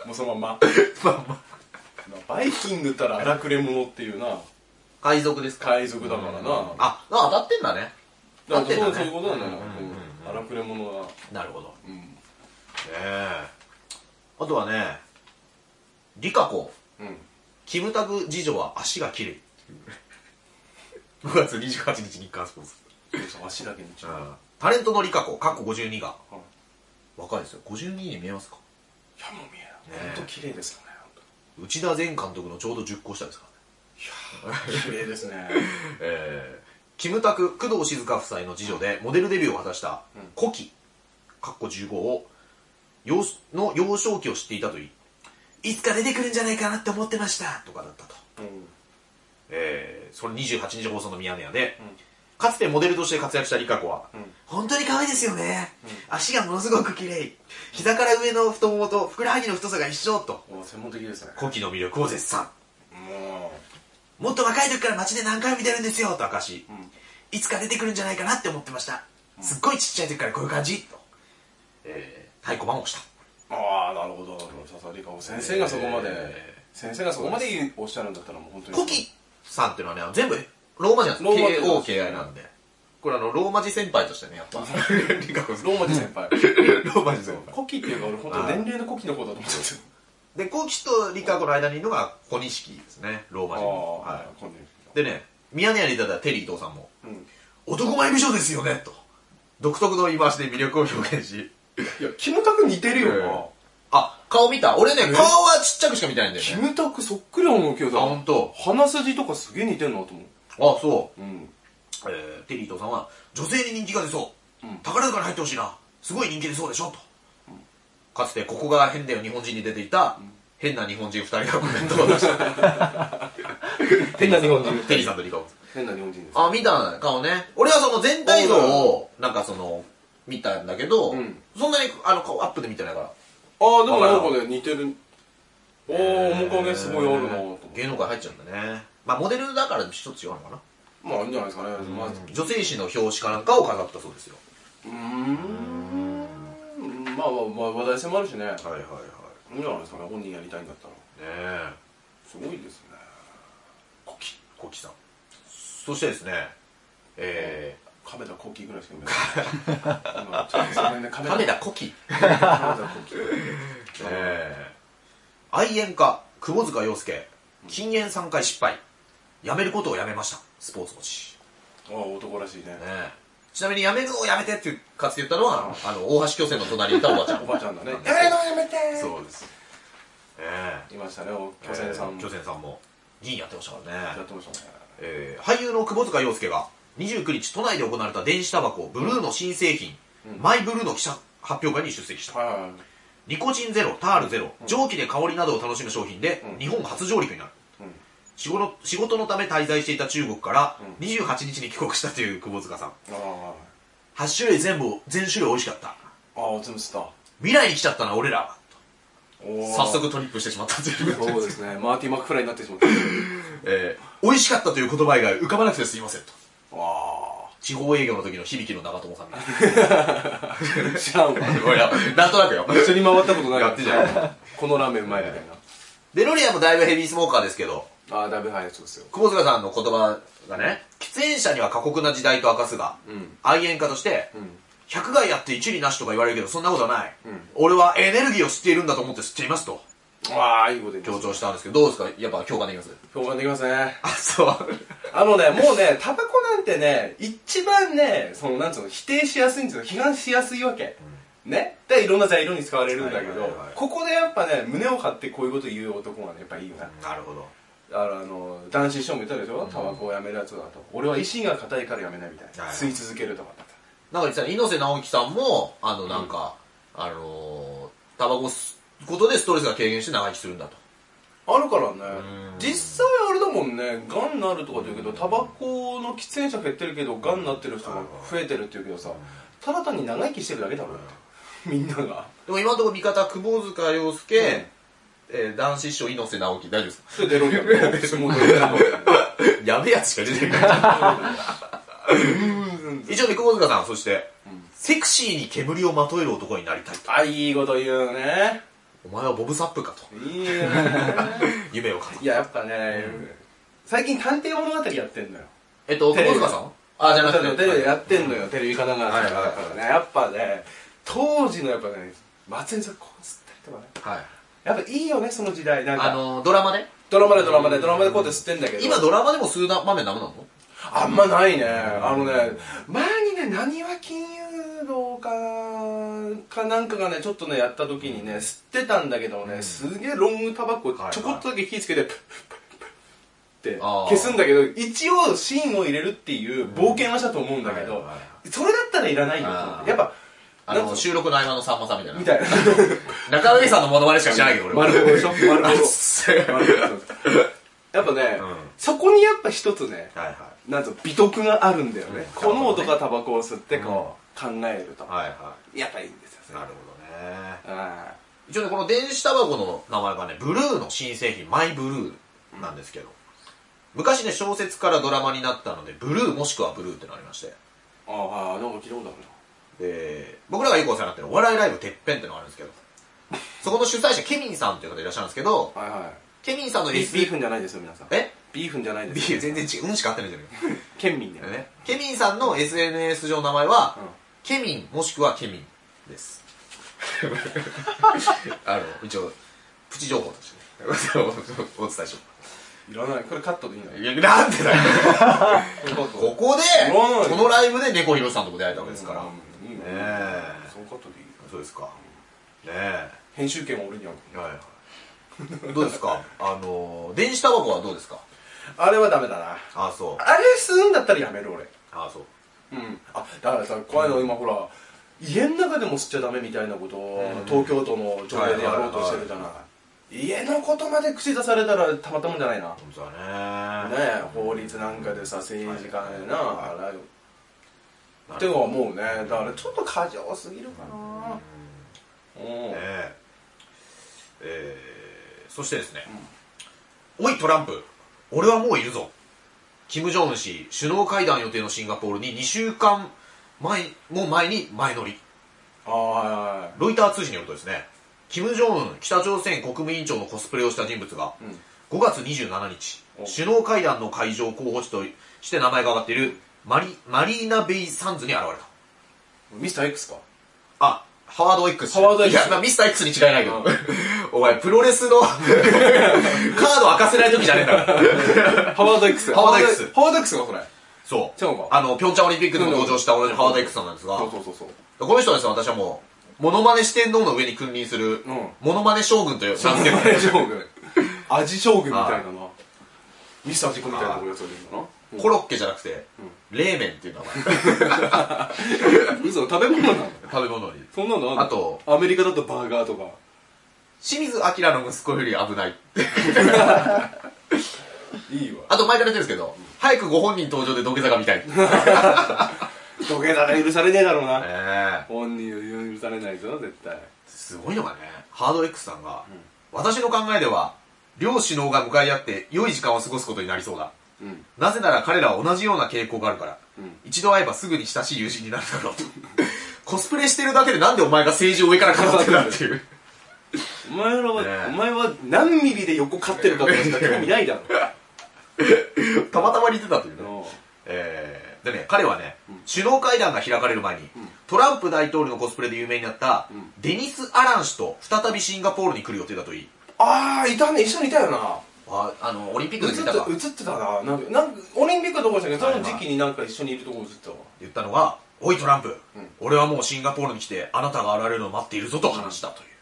[SPEAKER 2] もうその まんまバイキングったら荒くれ者っていうな
[SPEAKER 1] 海賊ですか
[SPEAKER 2] 海賊だからな
[SPEAKER 1] あ、あ当たってんだね。
[SPEAKER 2] だ
[SPEAKER 1] 合
[SPEAKER 2] か
[SPEAKER 1] って
[SPEAKER 2] ら
[SPEAKER 1] んだ
[SPEAKER 2] そう
[SPEAKER 1] ね
[SPEAKER 2] そういうこと
[SPEAKER 1] う
[SPEAKER 2] だね
[SPEAKER 1] んうん
[SPEAKER 2] うん荒くれ者は
[SPEAKER 1] なるほど。ね
[SPEAKER 2] うん
[SPEAKER 1] え。あとはね、リカ子、
[SPEAKER 2] うん
[SPEAKER 1] キムタク次女は足が 綺麗。5月28日日刊スポーツ。
[SPEAKER 2] 足だけにちゃう
[SPEAKER 1] タレントのリカ子、過去52が
[SPEAKER 2] うん。
[SPEAKER 1] 若いですよ。52に見えますか
[SPEAKER 2] いやもう見え
[SPEAKER 1] ね
[SPEAKER 2] な
[SPEAKER 1] え
[SPEAKER 2] い本当綺麗ですよね
[SPEAKER 1] 内田前監督のちょうど10個下ですか
[SPEAKER 2] 綺麗です ね
[SPEAKER 1] らね。ええ。キムタク、工藤静香夫妻の次女でモデルデビューを果たした古希、かっこ15を、幼の幼少期を知っていたといい、いつか出てくるんじゃないかなって思ってましたとかだったと。
[SPEAKER 2] うん
[SPEAKER 1] えーそれ28日放送のミヤネ屋で、かつてモデルとして活躍したリカ子は、
[SPEAKER 2] ん
[SPEAKER 1] 本当に可愛いですよね、足がものすごく綺麗膝から上の太ももとふくらはぎの太さが一緒と
[SPEAKER 2] お専門的ですね
[SPEAKER 1] 古希の魅力を絶賛
[SPEAKER 2] も
[SPEAKER 1] もっと若い時から街で何回も見てるんですよと明かし、
[SPEAKER 2] ん
[SPEAKER 1] いつか出てくるんじゃないかなって思ってました、すっごいちっちゃい時からこういう感じと、えー、太鼓判を押した
[SPEAKER 2] うああなるほど笹理香子先生がそこまで
[SPEAKER 1] え
[SPEAKER 2] 先生がそこまでおっしゃるんだったらもう本当に
[SPEAKER 1] 古希さんっていうのはね全部ローマ字なんです
[SPEAKER 2] ローマ字なんです
[SPEAKER 1] KOKI なんでこれあのローマ字先輩としてねやっぱリカ子
[SPEAKER 2] ローマ字先輩
[SPEAKER 1] ローマ字先輩
[SPEAKER 2] コキっていうか俺本当年齢のコキのことだと思っちゃって
[SPEAKER 1] で、コキとリカ子の間にいるのが小錦ですね、ローマ
[SPEAKER 2] あ
[SPEAKER 1] 字
[SPEAKER 2] あ
[SPEAKER 1] の。
[SPEAKER 2] は
[SPEAKER 1] はい。
[SPEAKER 2] こんない
[SPEAKER 1] でね、ミヤネ屋にいただいたテリー伊藤さんも、
[SPEAKER 2] うん
[SPEAKER 1] 男前美女ですよね、と。独特の言い回しで魅力を表現し。
[SPEAKER 2] いやキムタク似てるよ
[SPEAKER 1] あ、顔見た俺ね、
[SPEAKER 2] え
[SPEAKER 1] 顔はちっちゃくしか見てないんだ
[SPEAKER 2] な
[SPEAKER 1] よ
[SPEAKER 2] キ
[SPEAKER 1] ね。
[SPEAKER 2] ムタクそっくりなのけ
[SPEAKER 1] あ、
[SPEAKER 2] ど
[SPEAKER 1] ほんと。
[SPEAKER 2] 鼻筋とかすげえ似てるなと思う
[SPEAKER 1] あ、そう。
[SPEAKER 2] うん
[SPEAKER 1] えー、テリー伊藤さんは、女性に人気が出そう。
[SPEAKER 2] うん
[SPEAKER 1] 宝塚に入ってほしいな。すごい人気出そうでしょ、と。かつて、ここが変だよ日本人に出ていた、変な日本人二人がコメントを出した。
[SPEAKER 2] 変な日本人
[SPEAKER 1] テリーさんとリカ子。
[SPEAKER 2] 変な日本人です
[SPEAKER 1] あ、見た顔ね。俺はその全体像を、なんかその、見たんだけど、
[SPEAKER 2] うん
[SPEAKER 1] そんなに、あの、顔アップで見てないから。
[SPEAKER 2] ああでもなんかね似てるおお面影すごいあるなと
[SPEAKER 1] え
[SPEAKER 2] 思
[SPEAKER 1] ー
[SPEAKER 2] って
[SPEAKER 1] 芸能界入っちゃうんだね。まあ、モデルだから一つ違うのかな。
[SPEAKER 2] まああるんじゃないですかねまあ
[SPEAKER 1] 女性誌の表紙かなんかを飾ったそうですよ。
[SPEAKER 2] うーんまあまあまあ話題性もあるしね
[SPEAKER 1] はいはいはい。
[SPEAKER 2] いいんじゃないですかね本人やりたいんだったら
[SPEAKER 1] ねえ
[SPEAKER 2] すごいですね
[SPEAKER 1] コキコキさんそしてですねえ
[SPEAKER 2] 亀田コキぐらいしか見ない今ちょっとその辺で
[SPEAKER 1] ー、
[SPEAKER 2] 亀
[SPEAKER 1] 亀
[SPEAKER 2] 田
[SPEAKER 1] 田コキ
[SPEAKER 2] 亀田コキ
[SPEAKER 1] えー、愛煙家窪塚洋介禁煙3回失敗やめることをやめましたスポーツの師
[SPEAKER 2] ああ男らしいね
[SPEAKER 1] ねえちなみにやめるをやめてっていうかつて言ったのはあの大橋巨泉の隣にいたおばちゃん
[SPEAKER 2] おばちゃんだねや
[SPEAKER 1] ん
[SPEAKER 2] めろやめて
[SPEAKER 1] そうですえ
[SPEAKER 2] いましたねお
[SPEAKER 1] え
[SPEAKER 2] 巨泉さん
[SPEAKER 1] 巨泉さんも議員やってましたから
[SPEAKER 2] や
[SPEAKER 1] ね
[SPEAKER 2] ってましたね
[SPEAKER 1] えー俳優の窪塚洋介が29日都内で行われた電子タバコブルーの新製品、マイブルーの記者発表会に出席した、
[SPEAKER 2] はいはいはい
[SPEAKER 1] ニコチンゼロタールゼロ蒸気で香りなどを楽しむ商品で、日本初上陸になる、
[SPEAKER 2] うん
[SPEAKER 1] 仕事の仕事のため滞在していた中国から28日に帰国したという窪塚さん
[SPEAKER 2] ああ
[SPEAKER 1] 8種類全部全種類美味しかった
[SPEAKER 2] ああ全部吸った
[SPEAKER 1] 未来に来ちゃったな俺らは
[SPEAKER 2] おー
[SPEAKER 1] 早速トリップしてしまったという
[SPEAKER 2] そうですねマーティ・マクフライになってしまった
[SPEAKER 1] えー美味しかったという言葉以外浮かばなくてすいませんと
[SPEAKER 2] わ
[SPEAKER 1] 地方営業の時の響きの長友 さんみたいな
[SPEAKER 2] あ知らんわ
[SPEAKER 1] いやなんとなくよ
[SPEAKER 2] 一緒に回ったことない
[SPEAKER 1] やってんじゃ
[SPEAKER 2] んこのラーメンうまいみたい
[SPEAKER 1] デロリアンもだいぶヘビースモーカーですけど、
[SPEAKER 2] なああだいぶ早いそうですよ
[SPEAKER 1] 久保塚さんの言葉がね、喫煙者には過酷な時代と明かすが、
[SPEAKER 2] うん
[SPEAKER 1] 愛煙家として、
[SPEAKER 2] うん
[SPEAKER 1] 百害あって一理なしとか言われるけど、そんなことはない、
[SPEAKER 2] うん
[SPEAKER 1] 俺はエネルギーを吸っているんだと思って吸っていますと、
[SPEAKER 2] ああいいこと言ってま
[SPEAKER 1] 強
[SPEAKER 2] す
[SPEAKER 1] 調したんですけど、どうですかやっぱ共感できます
[SPEAKER 2] 評判できますね
[SPEAKER 1] あ、そう。
[SPEAKER 2] あのね、もうね、タバコなんてね、一番ね、その、なんつうの、否定しやすいんですよ。批判しやすいわけ。ね。で、いろんな材料に使われるんだけ
[SPEAKER 1] はい
[SPEAKER 2] ど
[SPEAKER 1] はいはい、
[SPEAKER 2] ここでやっぱね、胸を張ってこういうこと言う男がね、やっぱいいよな。
[SPEAKER 1] なるほど。
[SPEAKER 2] あの、あの男子師匠も言ったでしょタバコをやめるやつだと。俺は意志が固いからやめないみたいな。
[SPEAKER 1] はい
[SPEAKER 2] 吸い続けるとかだった。
[SPEAKER 1] なんか実は猪瀬直樹さんも、あの、なんか、あのー、タバコ吸うことでストレスが軽減して長生きするんだと。
[SPEAKER 2] あるからね
[SPEAKER 1] うん
[SPEAKER 2] 実際あれだもんねがんなるとかって言うけどタバコの喫煙者減ってるけどがんになってる人が増えてるって言うけどさただ単に長生きしてるだけだろみんなが
[SPEAKER 1] でも今のところ味方、久保塚洋介、
[SPEAKER 2] うん
[SPEAKER 1] えー男子師匠猪瀬直樹、大丈夫ですか
[SPEAKER 2] それデロリアンだよもうデロリアンだよ
[SPEAKER 1] やべえやつしか出てない。以上、三久保塚さん、そして、セクシーに煙をまとえる男になりたいと。
[SPEAKER 2] あいいこと言うね
[SPEAKER 1] お前はボブサップ かと。
[SPEAKER 2] いいね
[SPEAKER 1] 夢を語る。
[SPEAKER 2] いややっぱね最近探偵物語やってんのよ
[SPEAKER 1] えっと、
[SPEAKER 2] テ
[SPEAKER 1] 久
[SPEAKER 2] レ
[SPEAKER 1] 保
[SPEAKER 2] ビ
[SPEAKER 1] 塚さんあ、じゃなくて。
[SPEAKER 2] テレビやってんのよテレビ神奈川さん
[SPEAKER 1] はいは
[SPEAKER 2] だ
[SPEAKER 1] い
[SPEAKER 2] か
[SPEAKER 1] はい
[SPEAKER 2] らねやっぱね当時のやっぱね松井さんこう吸ったりとかね
[SPEAKER 1] はい。
[SPEAKER 2] やっぱいいよねその時代なんか
[SPEAKER 1] あの、ドラマね。
[SPEAKER 2] ドラマでドラマでドラマでこうやって吸ってんだけど
[SPEAKER 1] 今ドラマでも吸うな場面ダメなの
[SPEAKER 2] あんまないねあのね前にねなにわ金融道かかなんかがねちょっとねやった時にね吸ってたんだけどね、すげえロングタバコ
[SPEAKER 1] はい
[SPEAKER 2] ちょこっとだけ火つけてプップップッ
[SPEAKER 1] あ
[SPEAKER 2] っ
[SPEAKER 1] ー
[SPEAKER 2] て消すんだけど一応芯を入れるっていう冒険はしたと思うんだけど、
[SPEAKER 1] はいはいは
[SPEAKER 2] それだったらいらないよ
[SPEAKER 1] あー
[SPEAKER 2] やっぱ
[SPEAKER 1] あ
[SPEAKER 2] なん
[SPEAKER 1] の、
[SPEAKER 2] か
[SPEAKER 1] 収録の合間のさんまさんみたいな
[SPEAKER 2] み。たい な
[SPEAKER 1] 中上さんのモノマネしか知らないけど、俺は。
[SPEAKER 2] 丸子でしょ 丸
[SPEAKER 1] あっ
[SPEAKER 2] 子
[SPEAKER 1] せはい
[SPEAKER 2] 丸子やっぱね、
[SPEAKER 1] うん
[SPEAKER 2] そこにやっぱ一つね
[SPEAKER 1] はい。
[SPEAKER 2] なんと美徳があるんだよね、
[SPEAKER 1] うん
[SPEAKER 2] この男がタバコを吸ってこう、考えると、
[SPEAKER 1] はいは
[SPEAKER 2] やっぱいいんですよ
[SPEAKER 1] い。
[SPEAKER 2] それ
[SPEAKER 1] なるほどね。
[SPEAKER 2] あ
[SPEAKER 1] 一応ね、この電子タバコの名前がね、ブルーの新製品、マイブルーなんですけど、昔ね、小説からドラマになったので、ブルーもしくはブルーってのありまして、
[SPEAKER 2] ーあーなんか聞いたことあるな
[SPEAKER 1] で、僕らがよくお世話になってるお笑いライブてっぺんってのがあるんですけど、そこの主催者、ケミンさんっていう方いらっしゃるんですけど、
[SPEAKER 2] はいはい
[SPEAKER 1] ケミンさんの
[SPEAKER 2] ビ
[SPEAKER 1] SB、
[SPEAKER 2] ビーフンじゃないですよ皆さん
[SPEAKER 1] え
[SPEAKER 2] ビーフンじゃないで
[SPEAKER 1] ビ
[SPEAKER 2] す
[SPEAKER 1] ー全然違う、うんしか合ってないじゃない
[SPEAKER 2] 県民だよ
[SPEAKER 1] か。
[SPEAKER 2] ね
[SPEAKER 1] ね、ケミンさんの SNS 上の名前は、
[SPEAKER 2] うん
[SPEAKER 1] ケミンもしくはケミン です。あの、一応、プチ情報としてね、 お伝えしよう。
[SPEAKER 2] いらないこれカットでいいの
[SPEAKER 1] いや、なんでだよ。
[SPEAKER 2] これカット
[SPEAKER 1] ここで
[SPEAKER 2] そうな、の
[SPEAKER 1] このライブで猫ひろしさんとも出会えたわけですから。
[SPEAKER 2] うんいいね
[SPEAKER 1] ねえ
[SPEAKER 2] そのカットでいい
[SPEAKER 1] そうですか。ねえ。
[SPEAKER 2] 編集権は俺にある
[SPEAKER 1] はい。どうですかあのー、電子タバコはどうですか
[SPEAKER 2] あれはダメだな
[SPEAKER 1] ああ、そう。
[SPEAKER 2] あれ吸うんだったらやめる俺
[SPEAKER 1] ああ、そう。
[SPEAKER 2] うんあだからさ怖いの今ほら家の中でも吸っちゃダメみたいなことを東京都の条例でやろうとしてるじゃない家のことまで口出されたらたまったもんじゃないなね
[SPEAKER 1] 本当だね。
[SPEAKER 2] え法律なんかでさ政治家でな
[SPEAKER 1] は
[SPEAKER 2] あらっては思うねだからちょっと過剰すぎるかなうん
[SPEAKER 1] ねえ。えー、そしてですね、おいトランプ、俺はもういるぞ。キム・ジョンウン氏、首脳会談予定のシンガポールに2週間前、もう前に前乗り。
[SPEAKER 2] ああはいはい
[SPEAKER 1] ロイター通信によるとですね、金正恩北朝鮮国務委員長のコスプレをした人物が、5月27日
[SPEAKER 2] お、
[SPEAKER 1] 首脳会談の会場候補地として名前が挙がっているマリマリーナ・ベイ・サンズに現れた。
[SPEAKER 2] ミスター X か
[SPEAKER 1] あ、ハワード X。
[SPEAKER 2] ハワード X
[SPEAKER 1] いや、まあミスター X に違いないけ
[SPEAKER 2] う
[SPEAKER 1] ど
[SPEAKER 2] ん。
[SPEAKER 1] お前、プロレ スのカード明かせない時じゃねえんだから。
[SPEAKER 2] ハワード X
[SPEAKER 1] ハワード X
[SPEAKER 2] ハワード X がそれ
[SPEAKER 1] そう。
[SPEAKER 2] そうか
[SPEAKER 1] あの、ピョンチャンオリンピックでも登場した同じハワード X さんなんですが、
[SPEAKER 2] そうそうそうそう
[SPEAKER 1] この人はですね、私はもう、モノマネ四天王の上に君臨する、
[SPEAKER 2] ん
[SPEAKER 1] モノマネ将軍という、名付けられてる
[SPEAKER 2] 味将軍味将軍みたいななミスタージコみたいなおやつが出るんだな
[SPEAKER 1] コロッケじゃなくて、冷麺っていう名前。
[SPEAKER 2] 嘘食べ物なの
[SPEAKER 1] 食べ物に。
[SPEAKER 2] そんなの
[SPEAKER 1] あと
[SPEAKER 2] アメリカだとバーガーとか
[SPEAKER 1] 清水明の息子より危ない。
[SPEAKER 2] いいわ
[SPEAKER 1] あと前から言ってるんですけど、早くご本人登場で土下座が見たい。
[SPEAKER 2] 土下座が許されねえだろうな
[SPEAKER 1] ええ
[SPEAKER 2] 本人は許されないぞ絶対
[SPEAKER 1] すごいのがね、ハード X さんが、私の考えでは、両首脳が向かい合って良い時間を過ごすことになりそうだ。
[SPEAKER 2] うん
[SPEAKER 1] なぜなら彼らは同じような傾向があるから、
[SPEAKER 2] うん
[SPEAKER 1] 一度会えばすぐに親しい友人になるだろうと。 コスプレしてるだけでなんでお前が政治を上から飾ってるんだ っていう。
[SPEAKER 2] お前らは、
[SPEAKER 1] ねえ
[SPEAKER 2] お前は何ミリで横飼ってるかとか しか興味ないだろ
[SPEAKER 1] たまたま似てたというね。
[SPEAKER 2] うん
[SPEAKER 1] えーでね、彼はね、首脳会談が開かれる前に、トランプ大統領のコスプレで有名になった、
[SPEAKER 2] ん
[SPEAKER 1] デニス・アラン氏と再びシンガポールに来る予定だといい。
[SPEAKER 2] ああいたね一緒にいたよな
[SPEAKER 1] あ、あの、オリンピッ
[SPEAKER 2] 映
[SPEAKER 1] ク
[SPEAKER 2] っ
[SPEAKER 1] で見
[SPEAKER 2] て
[SPEAKER 1] たか
[SPEAKER 2] 映ってたななんかなんかオリンピックはどこかでしたけどそ
[SPEAKER 1] はい
[SPEAKER 2] の
[SPEAKER 1] はい
[SPEAKER 2] 時期になんか一緒にいるとこ映ってたわ
[SPEAKER 1] 言ったのが、おいトランプ、
[SPEAKER 2] うん
[SPEAKER 1] 俺はもうシンガポールに来て、あなたが現れるのを待っているぞと話したという。
[SPEAKER 2] うんうん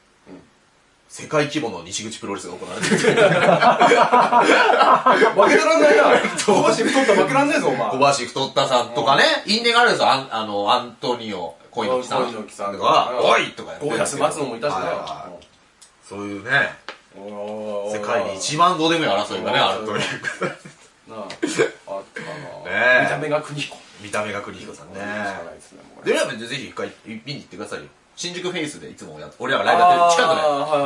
[SPEAKER 1] 世界規模の西口プロレスが行われてい る。
[SPEAKER 2] 負けてらんないな 小橋太ったら負けらんねえぞお前
[SPEAKER 1] 小橋太ったさんとかね、因縁があるんですよ。あんあの、アントニオ、小猪木さん
[SPEAKER 2] 小猪木さん
[SPEAKER 1] と
[SPEAKER 2] とか
[SPEAKER 1] か、おいとかやって
[SPEAKER 2] ゴーヤス松野もいたし
[SPEAKER 1] はいはい
[SPEAKER 2] な
[SPEAKER 1] はいそういうね、
[SPEAKER 2] 世
[SPEAKER 1] 世界に一番どうでもいい争いがね、あるという。
[SPEAKER 2] なああった
[SPEAKER 1] ねえ
[SPEAKER 2] な見た目が国彦
[SPEAKER 1] 見た目が栗彦さんね
[SPEAKER 2] し。かないですねもうこれ
[SPEAKER 1] で、ラーメンでぜひ一回見に行ってくださいよ。新宿フェイスでいつもやっ俺らがライブやってる近くで。
[SPEAKER 2] あーはいはいは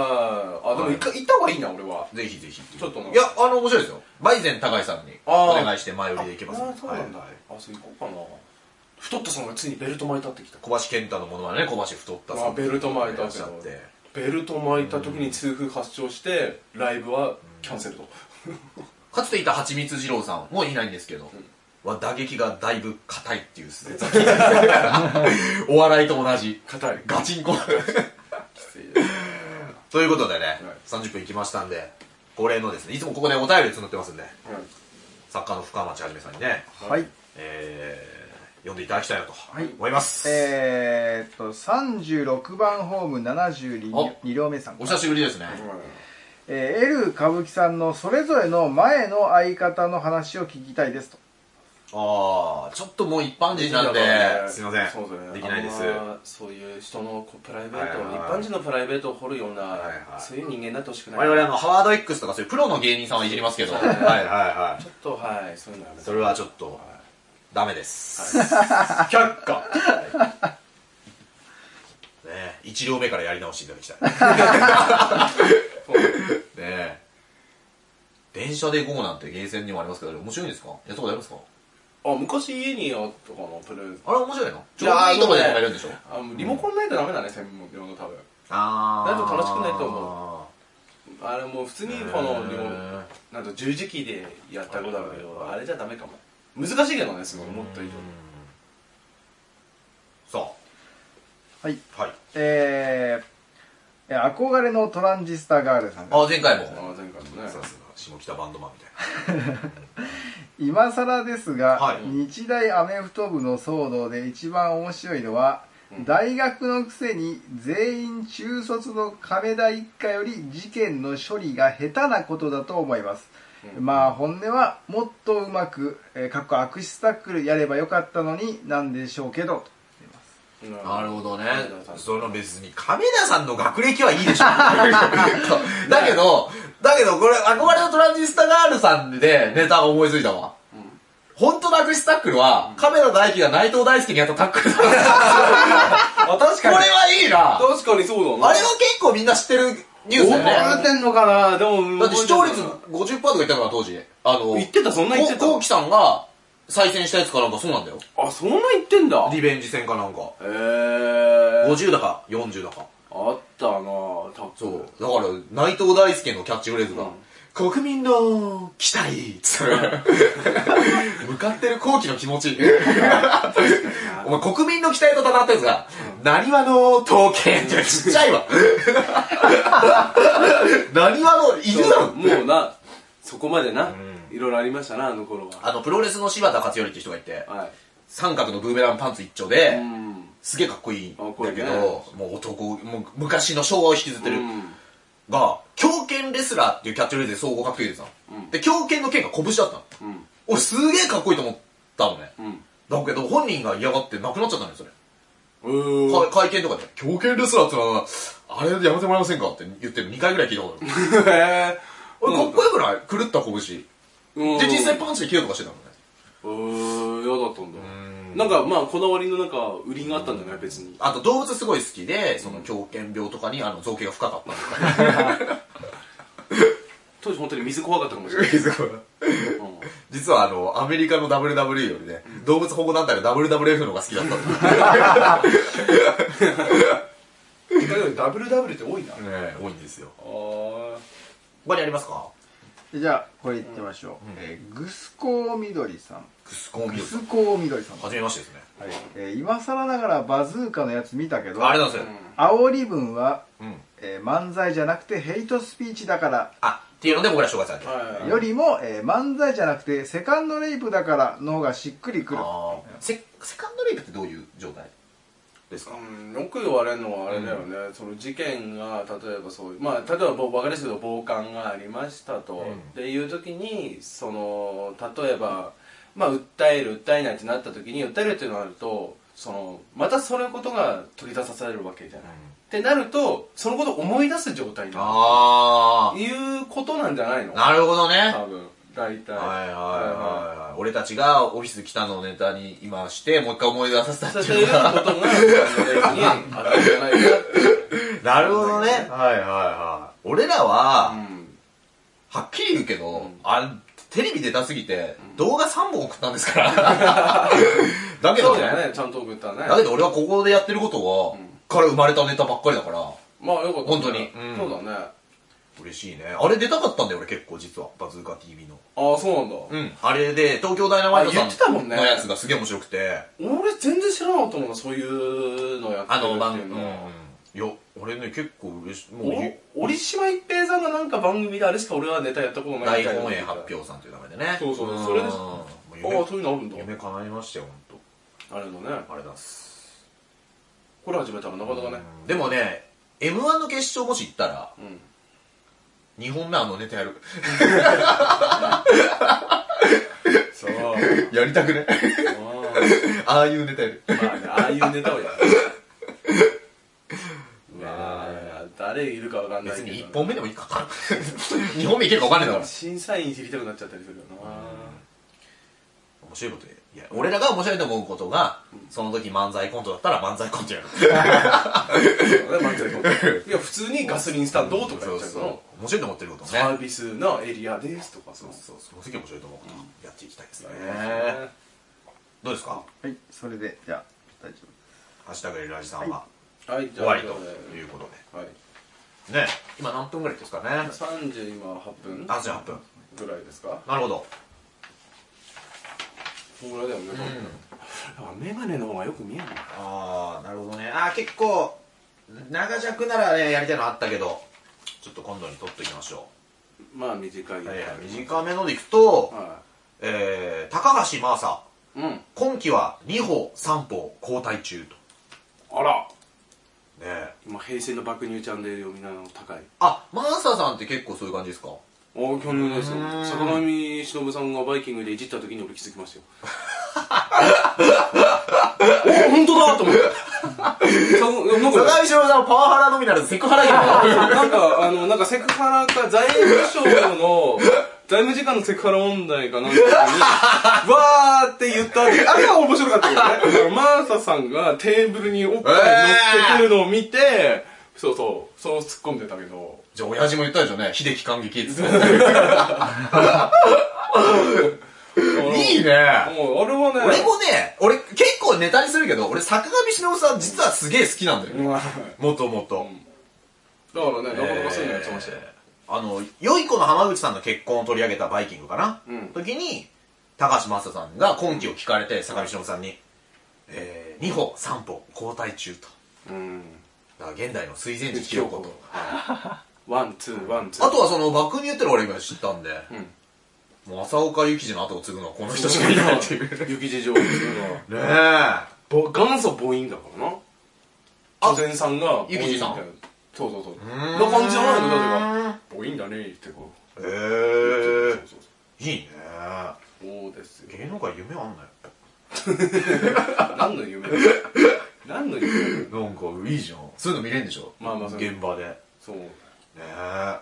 [SPEAKER 2] いあでも一回行った方がいいな俺は
[SPEAKER 1] ぜひぜひ。
[SPEAKER 2] ちょっとない
[SPEAKER 1] や、あの、面白いですよ。バイゼン高井さんに
[SPEAKER 2] あー
[SPEAKER 1] お願いして前売りで行けますんで
[SPEAKER 2] あそうなんだ
[SPEAKER 1] はい
[SPEAKER 2] あそう行こうかな太ったさんがついにベルト巻いたってきた
[SPEAKER 1] 小橋健太のものはね、小橋太ったさ
[SPEAKER 2] あ
[SPEAKER 1] ん。
[SPEAKER 2] ベルト巻いた
[SPEAKER 1] しゃって。
[SPEAKER 2] ベルト巻いた時に痛風発症してライブはキャンセルと
[SPEAKER 1] かつていた蜂蜜二郎さんもいないんですけど、は打撃がだいぶ硬いっていうですね。 お笑いと同じ。
[SPEAKER 2] 硬い
[SPEAKER 1] ガチンコ。
[SPEAKER 2] きついですね
[SPEAKER 1] ということでね、30分行きましたんで、恒例のですね、いつもここでお便り募ってますんで、作家の深町はじめさんにね、
[SPEAKER 3] はい。
[SPEAKER 1] えー、読んでいただきたいなと
[SPEAKER 3] い
[SPEAKER 1] 思います。
[SPEAKER 3] えー、っと、36番ホーム72
[SPEAKER 1] お
[SPEAKER 3] 二両目さん
[SPEAKER 1] お。久しぶりですね。
[SPEAKER 3] えー、L 歌舞伎さんのそれぞれの前の相方の話を聞きたいですと。
[SPEAKER 1] ああ、ちょっともう一般人なんで、すいません、
[SPEAKER 2] そうだね
[SPEAKER 1] できないです。
[SPEAKER 2] あんまそういう人のこうプライベートを、
[SPEAKER 1] はいはい
[SPEAKER 2] 一般人のプライベートを掘るような、
[SPEAKER 1] はいはい
[SPEAKER 2] そういう人間になってほしくない
[SPEAKER 1] 我々あの、ハワード X とかそういうプロの芸人さんはいじりますけど、
[SPEAKER 2] そ
[SPEAKER 1] は
[SPEAKER 2] う
[SPEAKER 1] い
[SPEAKER 2] で
[SPEAKER 1] はい
[SPEAKER 2] すね
[SPEAKER 1] は
[SPEAKER 2] ちょっとはいそういうのやめ
[SPEAKER 1] い。
[SPEAKER 2] て
[SPEAKER 1] それはちょっと、ダメです。
[SPEAKER 2] 却下
[SPEAKER 1] ね一両目からやり直していただきたい。ね え電車で午後なんてゲーセンにもありますけど、あれ面白いんですかやったことありますか
[SPEAKER 2] あ昔家にあったかなプレゼン
[SPEAKER 1] あれ面白いの
[SPEAKER 2] い
[SPEAKER 1] ちょう
[SPEAKER 2] やー
[SPEAKER 1] どいいとこで止めるんでしょ
[SPEAKER 2] あもうリモコンないとダメだね専門用の多分
[SPEAKER 1] あ
[SPEAKER 2] だと楽しくないと
[SPEAKER 1] 思
[SPEAKER 2] あれもう普通にこのリモなんと十字キーでやったことあるけどあれじゃダメかも難しいけどねすごいもっと以上に
[SPEAKER 1] さ
[SPEAKER 3] はい。
[SPEAKER 1] あ、はい。
[SPEAKER 3] えー、えー憧れのトランジスタガールさんが。
[SPEAKER 1] あ、前回も。
[SPEAKER 2] あ前回もね
[SPEAKER 1] さすが、下北バンドマンみたいな。
[SPEAKER 3] 今更ですが、
[SPEAKER 1] はい
[SPEAKER 3] 日大アメフト部の騒動で一番面白いのは、大学のくせに全員中卒の亀田一家より事件の処理が下手なことだと思います、まあ本音はもっとうまく、えー、かっこ悪質タックルやればよかったのになんでしょうけど
[SPEAKER 1] なるほどね
[SPEAKER 2] 亀田さ。ん
[SPEAKER 1] その別に、亀田さんの学歴はいいでしょ。 だけど、だけどこれ、憧れのトランジスタガールさんでネタが思いついたわ。本当の悪質タックルは、亀田大輝が内藤大輔にやったタックルだった。
[SPEAKER 2] あ確
[SPEAKER 1] これはいいな。あ
[SPEAKER 2] 確かにそうだ
[SPEAKER 1] れは結構みんな知ってるニュースだよ
[SPEAKER 2] 覚え
[SPEAKER 1] ね。
[SPEAKER 2] てんのかなでも
[SPEAKER 1] だって視聴率50%とか言ったから当時。あの、
[SPEAKER 2] 言ってたそんな言ってた
[SPEAKER 1] こうきさんが再戦したやつかなんかそうなんだよ。
[SPEAKER 2] あそんな言ってんだ
[SPEAKER 1] リベンジ戦かなんか。
[SPEAKER 2] えー、
[SPEAKER 1] 50だか40だか。
[SPEAKER 2] あったなタッ
[SPEAKER 1] そう。だから、内藤大輔のキャッチフレーズが、国民の期待つ って向かってる後期の気持ち。 お前、国民の期待と戦ってるんですが、なにわの刀剣じゃちっちゃいわ。 なにわの犬だろ。
[SPEAKER 2] もうなそこまでな、いろいろありましたなあの頃は
[SPEAKER 1] あの、プロレスの柴田勝頼って人がいて、
[SPEAKER 2] は
[SPEAKER 1] 三角のブーメランパンツ一丁
[SPEAKER 2] い
[SPEAKER 1] で、
[SPEAKER 2] うん
[SPEAKER 1] すげえかっこいいんだ
[SPEAKER 2] かっこいい
[SPEAKER 1] け
[SPEAKER 2] ね
[SPEAKER 1] ど、もう男、もう昔の昭和を引きずってる。が、狂犬レスラーっていうキャッチフレーズで総合格闘技でさ、
[SPEAKER 2] うん
[SPEAKER 1] で、狂犬の剣が拳だったの。
[SPEAKER 2] うん
[SPEAKER 1] 俺すげえかっこいいと思ったのね。
[SPEAKER 2] うん
[SPEAKER 1] だけど本人が嫌がってなくなっちゃったのよ、それ。
[SPEAKER 2] うん
[SPEAKER 1] か会見とかで、狂犬レスラーってのは、あれやめてもらえませんかって言ってる2回ぐらい聞いたことある。
[SPEAKER 2] へえ
[SPEAKER 1] 俺かっこよくない狂った拳。で、実際パンチで切るとかしてたのね。
[SPEAKER 2] うーん嫌だったんだ
[SPEAKER 1] ん
[SPEAKER 2] なんかまあこだわりのなんか売りがあったんじゃない別に
[SPEAKER 1] あと動物すごい好きで、その狂犬病とかにあの造形が深かったとか。
[SPEAKER 2] 当時本当に水怖かったかも しれないうん
[SPEAKER 1] 実はあの、アメリカの WWE よりね、動物保護団体の WWF の方が好きだったんだ。ね
[SPEAKER 2] ダブルダブルって多いな あ
[SPEAKER 1] え多いんですよ。
[SPEAKER 2] ー
[SPEAKER 1] 他にありますか
[SPEAKER 3] じゃあこれいってみましょう、えーグスコーみどりさん
[SPEAKER 1] クスコン
[SPEAKER 3] グ
[SPEAKER 1] ビー
[SPEAKER 3] スコーみどりさん、は
[SPEAKER 1] はじめましてですね。
[SPEAKER 3] いえー今更ながらバズーカのやつ見たけど
[SPEAKER 1] あれなんですよ。
[SPEAKER 3] 煽り文は、
[SPEAKER 1] うん。
[SPEAKER 3] えー漫才じゃなくてヘイトスピーチだから
[SPEAKER 1] あ、っていうので僕ら紹介されてる。
[SPEAKER 2] はい
[SPEAKER 3] よりも、えー漫才じゃなくてセカンドレイプだからの方がしっくりくる
[SPEAKER 1] あーセセカンドレイプってどういう状態ですか
[SPEAKER 2] うん、よく言われるのはあれだよね、その事件が例えばそういうまあ例えば僕分かりやすいけど暴漢がありましたと、っていう時にその例えばまあ訴える訴えないってなった時に訴えるってなるとそのまたそれことが取り出さされるわけじゃない、ってなるとそのことを思い出す状態にな
[SPEAKER 1] あ
[SPEAKER 2] るいうことなんじゃないの
[SPEAKER 1] あ、なるほどね。はい
[SPEAKER 2] 多分大体
[SPEAKER 1] はいはいはい。俺たちがオフィス来たのをネタに今して、もう一回思い出させた
[SPEAKER 2] さ
[SPEAKER 1] って
[SPEAKER 2] せる
[SPEAKER 1] いう
[SPEAKER 2] ことが その時にあったんじゃないかっていう、
[SPEAKER 1] なるほどね。はいはいはい。俺らは、
[SPEAKER 2] うん
[SPEAKER 1] はっきり言うけど、
[SPEAKER 2] うん
[SPEAKER 1] あテレビ出たすぎて、動画3本送ったんです から。だけ
[SPEAKER 2] そ
[SPEAKER 1] ど
[SPEAKER 2] うだ
[SPEAKER 1] ね、
[SPEAKER 2] よねちゃんと送ったね
[SPEAKER 1] だけど俺はここでやってることは、から生まれたネタばっかりだから、
[SPEAKER 2] まあよかったね
[SPEAKER 1] 本当にうん
[SPEAKER 2] そうだねあ
[SPEAKER 1] 嬉しいね。あれ出たかったんだよ俺結構実は、バズーカ TV の。
[SPEAKER 2] あそうなんだ、
[SPEAKER 1] うん、あれで東京ダイナマイト
[SPEAKER 2] あ言ってた
[SPEAKER 1] さ
[SPEAKER 2] も
[SPEAKER 1] ん
[SPEAKER 2] んね
[SPEAKER 1] のやつがすげえ面白くて、
[SPEAKER 2] 俺全然知らなかったもんなそういうのやってる
[SPEAKER 1] あの番
[SPEAKER 2] っていう
[SPEAKER 1] 組、
[SPEAKER 2] の
[SPEAKER 1] うん、いや、俺ね結構嬉しい、もうゆ
[SPEAKER 2] お折島一平さんがなんか番組であれしか俺はネタやったことな
[SPEAKER 1] 大
[SPEAKER 2] いみたいな
[SPEAKER 1] 本営発表さんという名前でね。
[SPEAKER 2] そうそうんそれです
[SPEAKER 1] もう
[SPEAKER 2] ああそういうのあるんだ
[SPEAKER 1] 夢夢叶いましたよ、ほん
[SPEAKER 2] あれだね
[SPEAKER 1] と。あれだっす。
[SPEAKER 2] これ始めたらなかなかね
[SPEAKER 1] うんでもね、M1 の決勝もし行ったら、
[SPEAKER 2] うん
[SPEAKER 1] 2本目あのネタやる。
[SPEAKER 2] そう あ
[SPEAKER 1] やりたくね ああいうネタやる。
[SPEAKER 2] あまあ ねああいうネタをやるまあ誰いるかわかんない
[SPEAKER 1] 別
[SPEAKER 2] けどね
[SPEAKER 1] に1本目でもいいか った。2本目いけるか分かんないんだから。
[SPEAKER 2] 審査員知りたくなっちゃったりするよな
[SPEAKER 1] 面白いこといや俺らが面白いと思うことが、その時漫才コントだったら漫才コントや る
[SPEAKER 2] そうだね漫才 といや普通にガソリンスタンドとか
[SPEAKER 1] そ
[SPEAKER 2] や
[SPEAKER 1] う
[SPEAKER 2] っちゃう
[SPEAKER 1] そ
[SPEAKER 2] の
[SPEAKER 1] う面白いと思ってること
[SPEAKER 2] サ
[SPEAKER 1] ね
[SPEAKER 2] ービスのエリアですとかそう
[SPEAKER 1] そうその時面白いと思うことやっていきたいですね
[SPEAKER 2] ね
[SPEAKER 1] どうですか
[SPEAKER 3] はいそれでじゃあ大丈夫
[SPEAKER 1] ハッシュタグエルラジさんは
[SPEAKER 2] はいじ
[SPEAKER 1] 終
[SPEAKER 2] ゃあ
[SPEAKER 1] わりということ
[SPEAKER 2] はい
[SPEAKER 1] でね今何分ぐらいですかね
[SPEAKER 2] 30今8分
[SPEAKER 1] あ8分
[SPEAKER 2] ぐらいですか
[SPEAKER 1] なるほど
[SPEAKER 2] こんぐらいだよねメガネの方がよく見えない
[SPEAKER 1] ああなるほどねあー結構長尺ならねやりたいのあったけどちょっと今度に取っていきましょ、
[SPEAKER 2] まあ短いいうや
[SPEAKER 1] えー短めのでいくと、
[SPEAKER 2] は
[SPEAKER 1] えー、高橋真麻
[SPEAKER 2] いうん
[SPEAKER 1] 今期は2歩3歩交代中と
[SPEAKER 2] あら
[SPEAKER 1] ねえ
[SPEAKER 2] 今平成の爆乳ちゃんで読みなの高い
[SPEAKER 1] あマーサさんって結構そういう感じですか
[SPEAKER 2] おお興味ないですよ
[SPEAKER 1] うん
[SPEAKER 2] 坂上忍さんがバイキングでいじった時に俺気づきましたよお本当だと思ってさなんか
[SPEAKER 1] 上さんはパワハラのみならずセクハラ や
[SPEAKER 2] なんか、あの、なんかセクハラか、財務省の、財務時間のセクハラ問題かなんかに、わーって言った後あれは面白かったけどね。マーサさんがテーブルにおっぱい乗っけてるのを見て、そうそう、そう突っ込んでたけど、
[SPEAKER 1] じゃあ親父も言ったでしょうね秀樹感 激っつっていいね
[SPEAKER 2] もう、あれはね、
[SPEAKER 1] 俺もね俺結構ネタにするけど俺坂上忍さん実はすげえ好きなんだよ
[SPEAKER 2] うん
[SPEAKER 1] もともと
[SPEAKER 2] だからね、なかなかそういうのやってましたよ。
[SPEAKER 1] あの、良い子の浜口さんの結婚を取り上げたバイキングかな、
[SPEAKER 2] うん
[SPEAKER 1] 時に、高橋正さんが今期を聞かれて、坂上忍さんに、えー、2歩3歩交代中と。
[SPEAKER 2] うん。
[SPEAKER 1] だから現代の水前寺清子と。
[SPEAKER 2] ワン、ツー、ワン、ツー。
[SPEAKER 1] あとはその、幕に言ってる俺が知ったんで、もう朝岡幸二の後を継ぐのはこの人しかいないっていう。 ね
[SPEAKER 2] 雪地上っていうのは、
[SPEAKER 1] え。あ
[SPEAKER 2] ぼ元祖母音だからな。
[SPEAKER 1] あ
[SPEAKER 2] 祖先さんが、
[SPEAKER 1] 雪地さん
[SPEAKER 2] 母音みたいなそうそうそう。な感じじゃないのだってば、母音だねってこ
[SPEAKER 1] へ
[SPEAKER 2] う。
[SPEAKER 1] え
[SPEAKER 2] そうそうそ。
[SPEAKER 1] いいね。
[SPEAKER 2] うそうですよ。
[SPEAKER 1] 芸能界夢あんなよ。
[SPEAKER 2] 何の 夢だ何の夢だ
[SPEAKER 1] なんかいいじゃん。そういうの見れんでしょ
[SPEAKER 2] まあまあそう
[SPEAKER 1] 現場で。
[SPEAKER 2] そう。
[SPEAKER 1] ねえ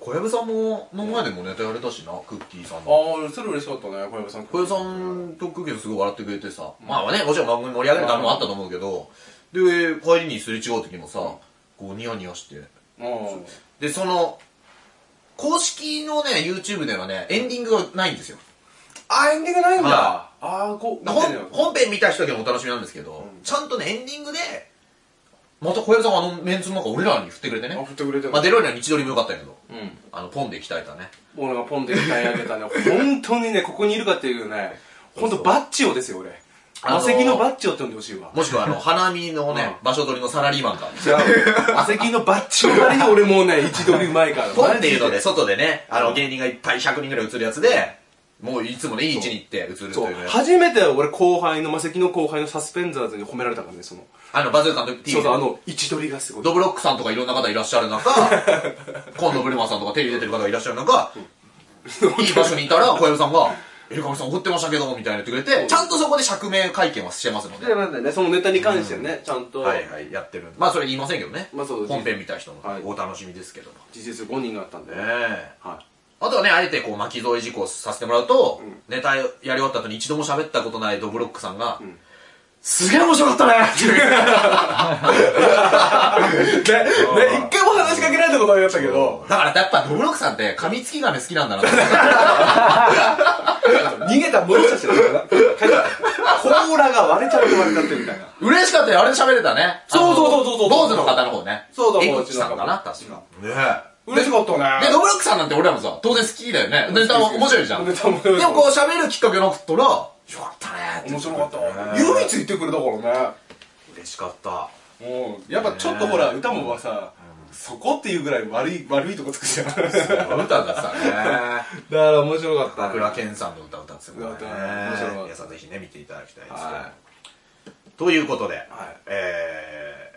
[SPEAKER 1] 小籔さんもの前でもネタやれたしなクッキーさんの
[SPEAKER 2] ああ、それ嬉しかったね、小籔さん。
[SPEAKER 1] 小籔さんとクッキーさんすごい笑ってくれてさ、まあねもちろん番組盛り上げるためもあったと思うけど、で帰りにすれ違う時もさこうニヤニヤして
[SPEAKER 2] うん。
[SPEAKER 1] でその公式のね YouTube ではねエンディングがないんですよ
[SPEAKER 2] あ、エンディングないんだ。
[SPEAKER 1] は
[SPEAKER 2] ああー、こう、
[SPEAKER 1] 本
[SPEAKER 2] 見てね
[SPEAKER 1] 本編見た人だけもお楽しみなんですけど、ちゃんとねエンディングでまた小籔さんがあのメンツの中俺らに振ってくれて
[SPEAKER 2] あ、
[SPEAKER 1] ね
[SPEAKER 2] 振ってくれてる
[SPEAKER 1] まあ、デロイラの位置取りも良かったけど
[SPEAKER 2] うん。
[SPEAKER 1] あのポンで鍛えたね
[SPEAKER 2] 俺がポンで鍛え上げたね、本当にね、ここにいるかっていうね、本当バッチオですよ、俺。
[SPEAKER 1] あのー
[SPEAKER 2] マセキのバッチオって呼んでほしいわ。
[SPEAKER 1] もしくはあの、花見のね、場所取りのサラリーマンか。
[SPEAKER 2] 違う。マセキのバッチオなりに俺もうね、一度りうまいから。
[SPEAKER 1] ポンっていうの
[SPEAKER 2] マジ
[SPEAKER 1] で、外でね、あの、芸人がいっぱい100人ぐらい映るやつで、もういつもね、いい位置に行って映るという
[SPEAKER 2] そう
[SPEAKER 1] ね。
[SPEAKER 2] 初めて俺後輩の、マセキの後輩のサスペンザーズに褒められたからね、その。
[SPEAKER 1] あの、バズーカの時
[SPEAKER 2] そうそう、あ
[SPEAKER 1] T、
[SPEAKER 2] の、位置取りがすごい。
[SPEAKER 1] ドブロックさんとかいろんな方いらっしゃる 中、今度ブルマさんとかテレビ出てる方がいらっしゃる中、いい場所にいたら小籔さんが、えりかみさん怒ってましたけど、みたいな言ってくれて、ちゃんとそこで釈明会見はしてますので。
[SPEAKER 2] なんだね、そのネタに関してね、ちゃんと、
[SPEAKER 1] はいはい、やってるんで。まあそれ言いませんけどね。
[SPEAKER 2] まあそうです
[SPEAKER 1] 本編見た人の
[SPEAKER 2] はい
[SPEAKER 1] お楽しみですけども。
[SPEAKER 2] 実質5人があったんで。
[SPEAKER 1] ねえ。
[SPEAKER 2] はい。
[SPEAKER 1] あとはね、あえてこう巻き添え事故をさせてもらうと、ネタやり終わった後に一度も喋ったことないドブロックさんが、すげえ面白か ったねっていう。
[SPEAKER 2] ね、ね、一回も話しかけられたことはありましたけど、
[SPEAKER 1] だからやっぱドブロックさんって噛みつき亀好きなんだなって。
[SPEAKER 2] 逃げた戻したしてるから、 甲羅が割れちゃって割れちゃってみたいな。
[SPEAKER 1] 嬉しかったよ、あれで喋れたね。
[SPEAKER 2] そうそうそうそうそう
[SPEAKER 1] 坊主の方の方ね。
[SPEAKER 2] そうだ
[SPEAKER 1] 江
[SPEAKER 2] 坊主の方
[SPEAKER 1] 口さんかな、確か。ねえ。
[SPEAKER 2] 嬉しかった
[SPEAKER 1] で、
[SPEAKER 2] ね。
[SPEAKER 1] ドブロックさんなんて俺らもさ、当然好きだよね。ネタも面白いじゃん。で
[SPEAKER 2] ネ
[SPEAKER 1] も
[SPEAKER 2] タも面白い
[SPEAKER 1] こう喋るきっかけなくったら、よかったねって。
[SPEAKER 2] 面白かった。
[SPEAKER 1] ね
[SPEAKER 2] 唯一言ってくれたからね。
[SPEAKER 1] 嬉しかった。
[SPEAKER 2] もう、やっぱちょっとほら、歌もはさ、そこっていうぐらい悪い、悪いとこつくじゃん。 だか
[SPEAKER 1] 歌だった ね。
[SPEAKER 2] ら面白 か
[SPEAKER 1] 桜健さんの歌を歌ってたので
[SPEAKER 2] 歌
[SPEAKER 1] ね
[SPEAKER 2] って面白かった
[SPEAKER 1] 皆さんぜひね見ていただきたいですけど、
[SPEAKER 2] は
[SPEAKER 1] ということで、
[SPEAKER 2] い
[SPEAKER 1] え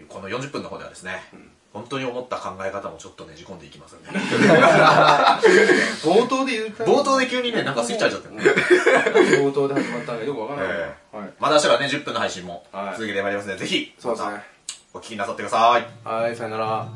[SPEAKER 1] ーこの40分の方ではですね、本当に思った考え方もちょっとね じ込んでいきますんで
[SPEAKER 3] 冒頭で言った
[SPEAKER 1] 冒頭で急にねなんかスイッチ入っちゃってる
[SPEAKER 2] 冒頭で始まったのがよくわからない。
[SPEAKER 1] え
[SPEAKER 2] はい。
[SPEAKER 1] まだ明日からね10分の配信も
[SPEAKER 2] はい
[SPEAKER 1] 続けてまいりますので、ぜひ
[SPEAKER 2] そうですね。
[SPEAKER 1] お聞きなさってください
[SPEAKER 2] はい、さよなら。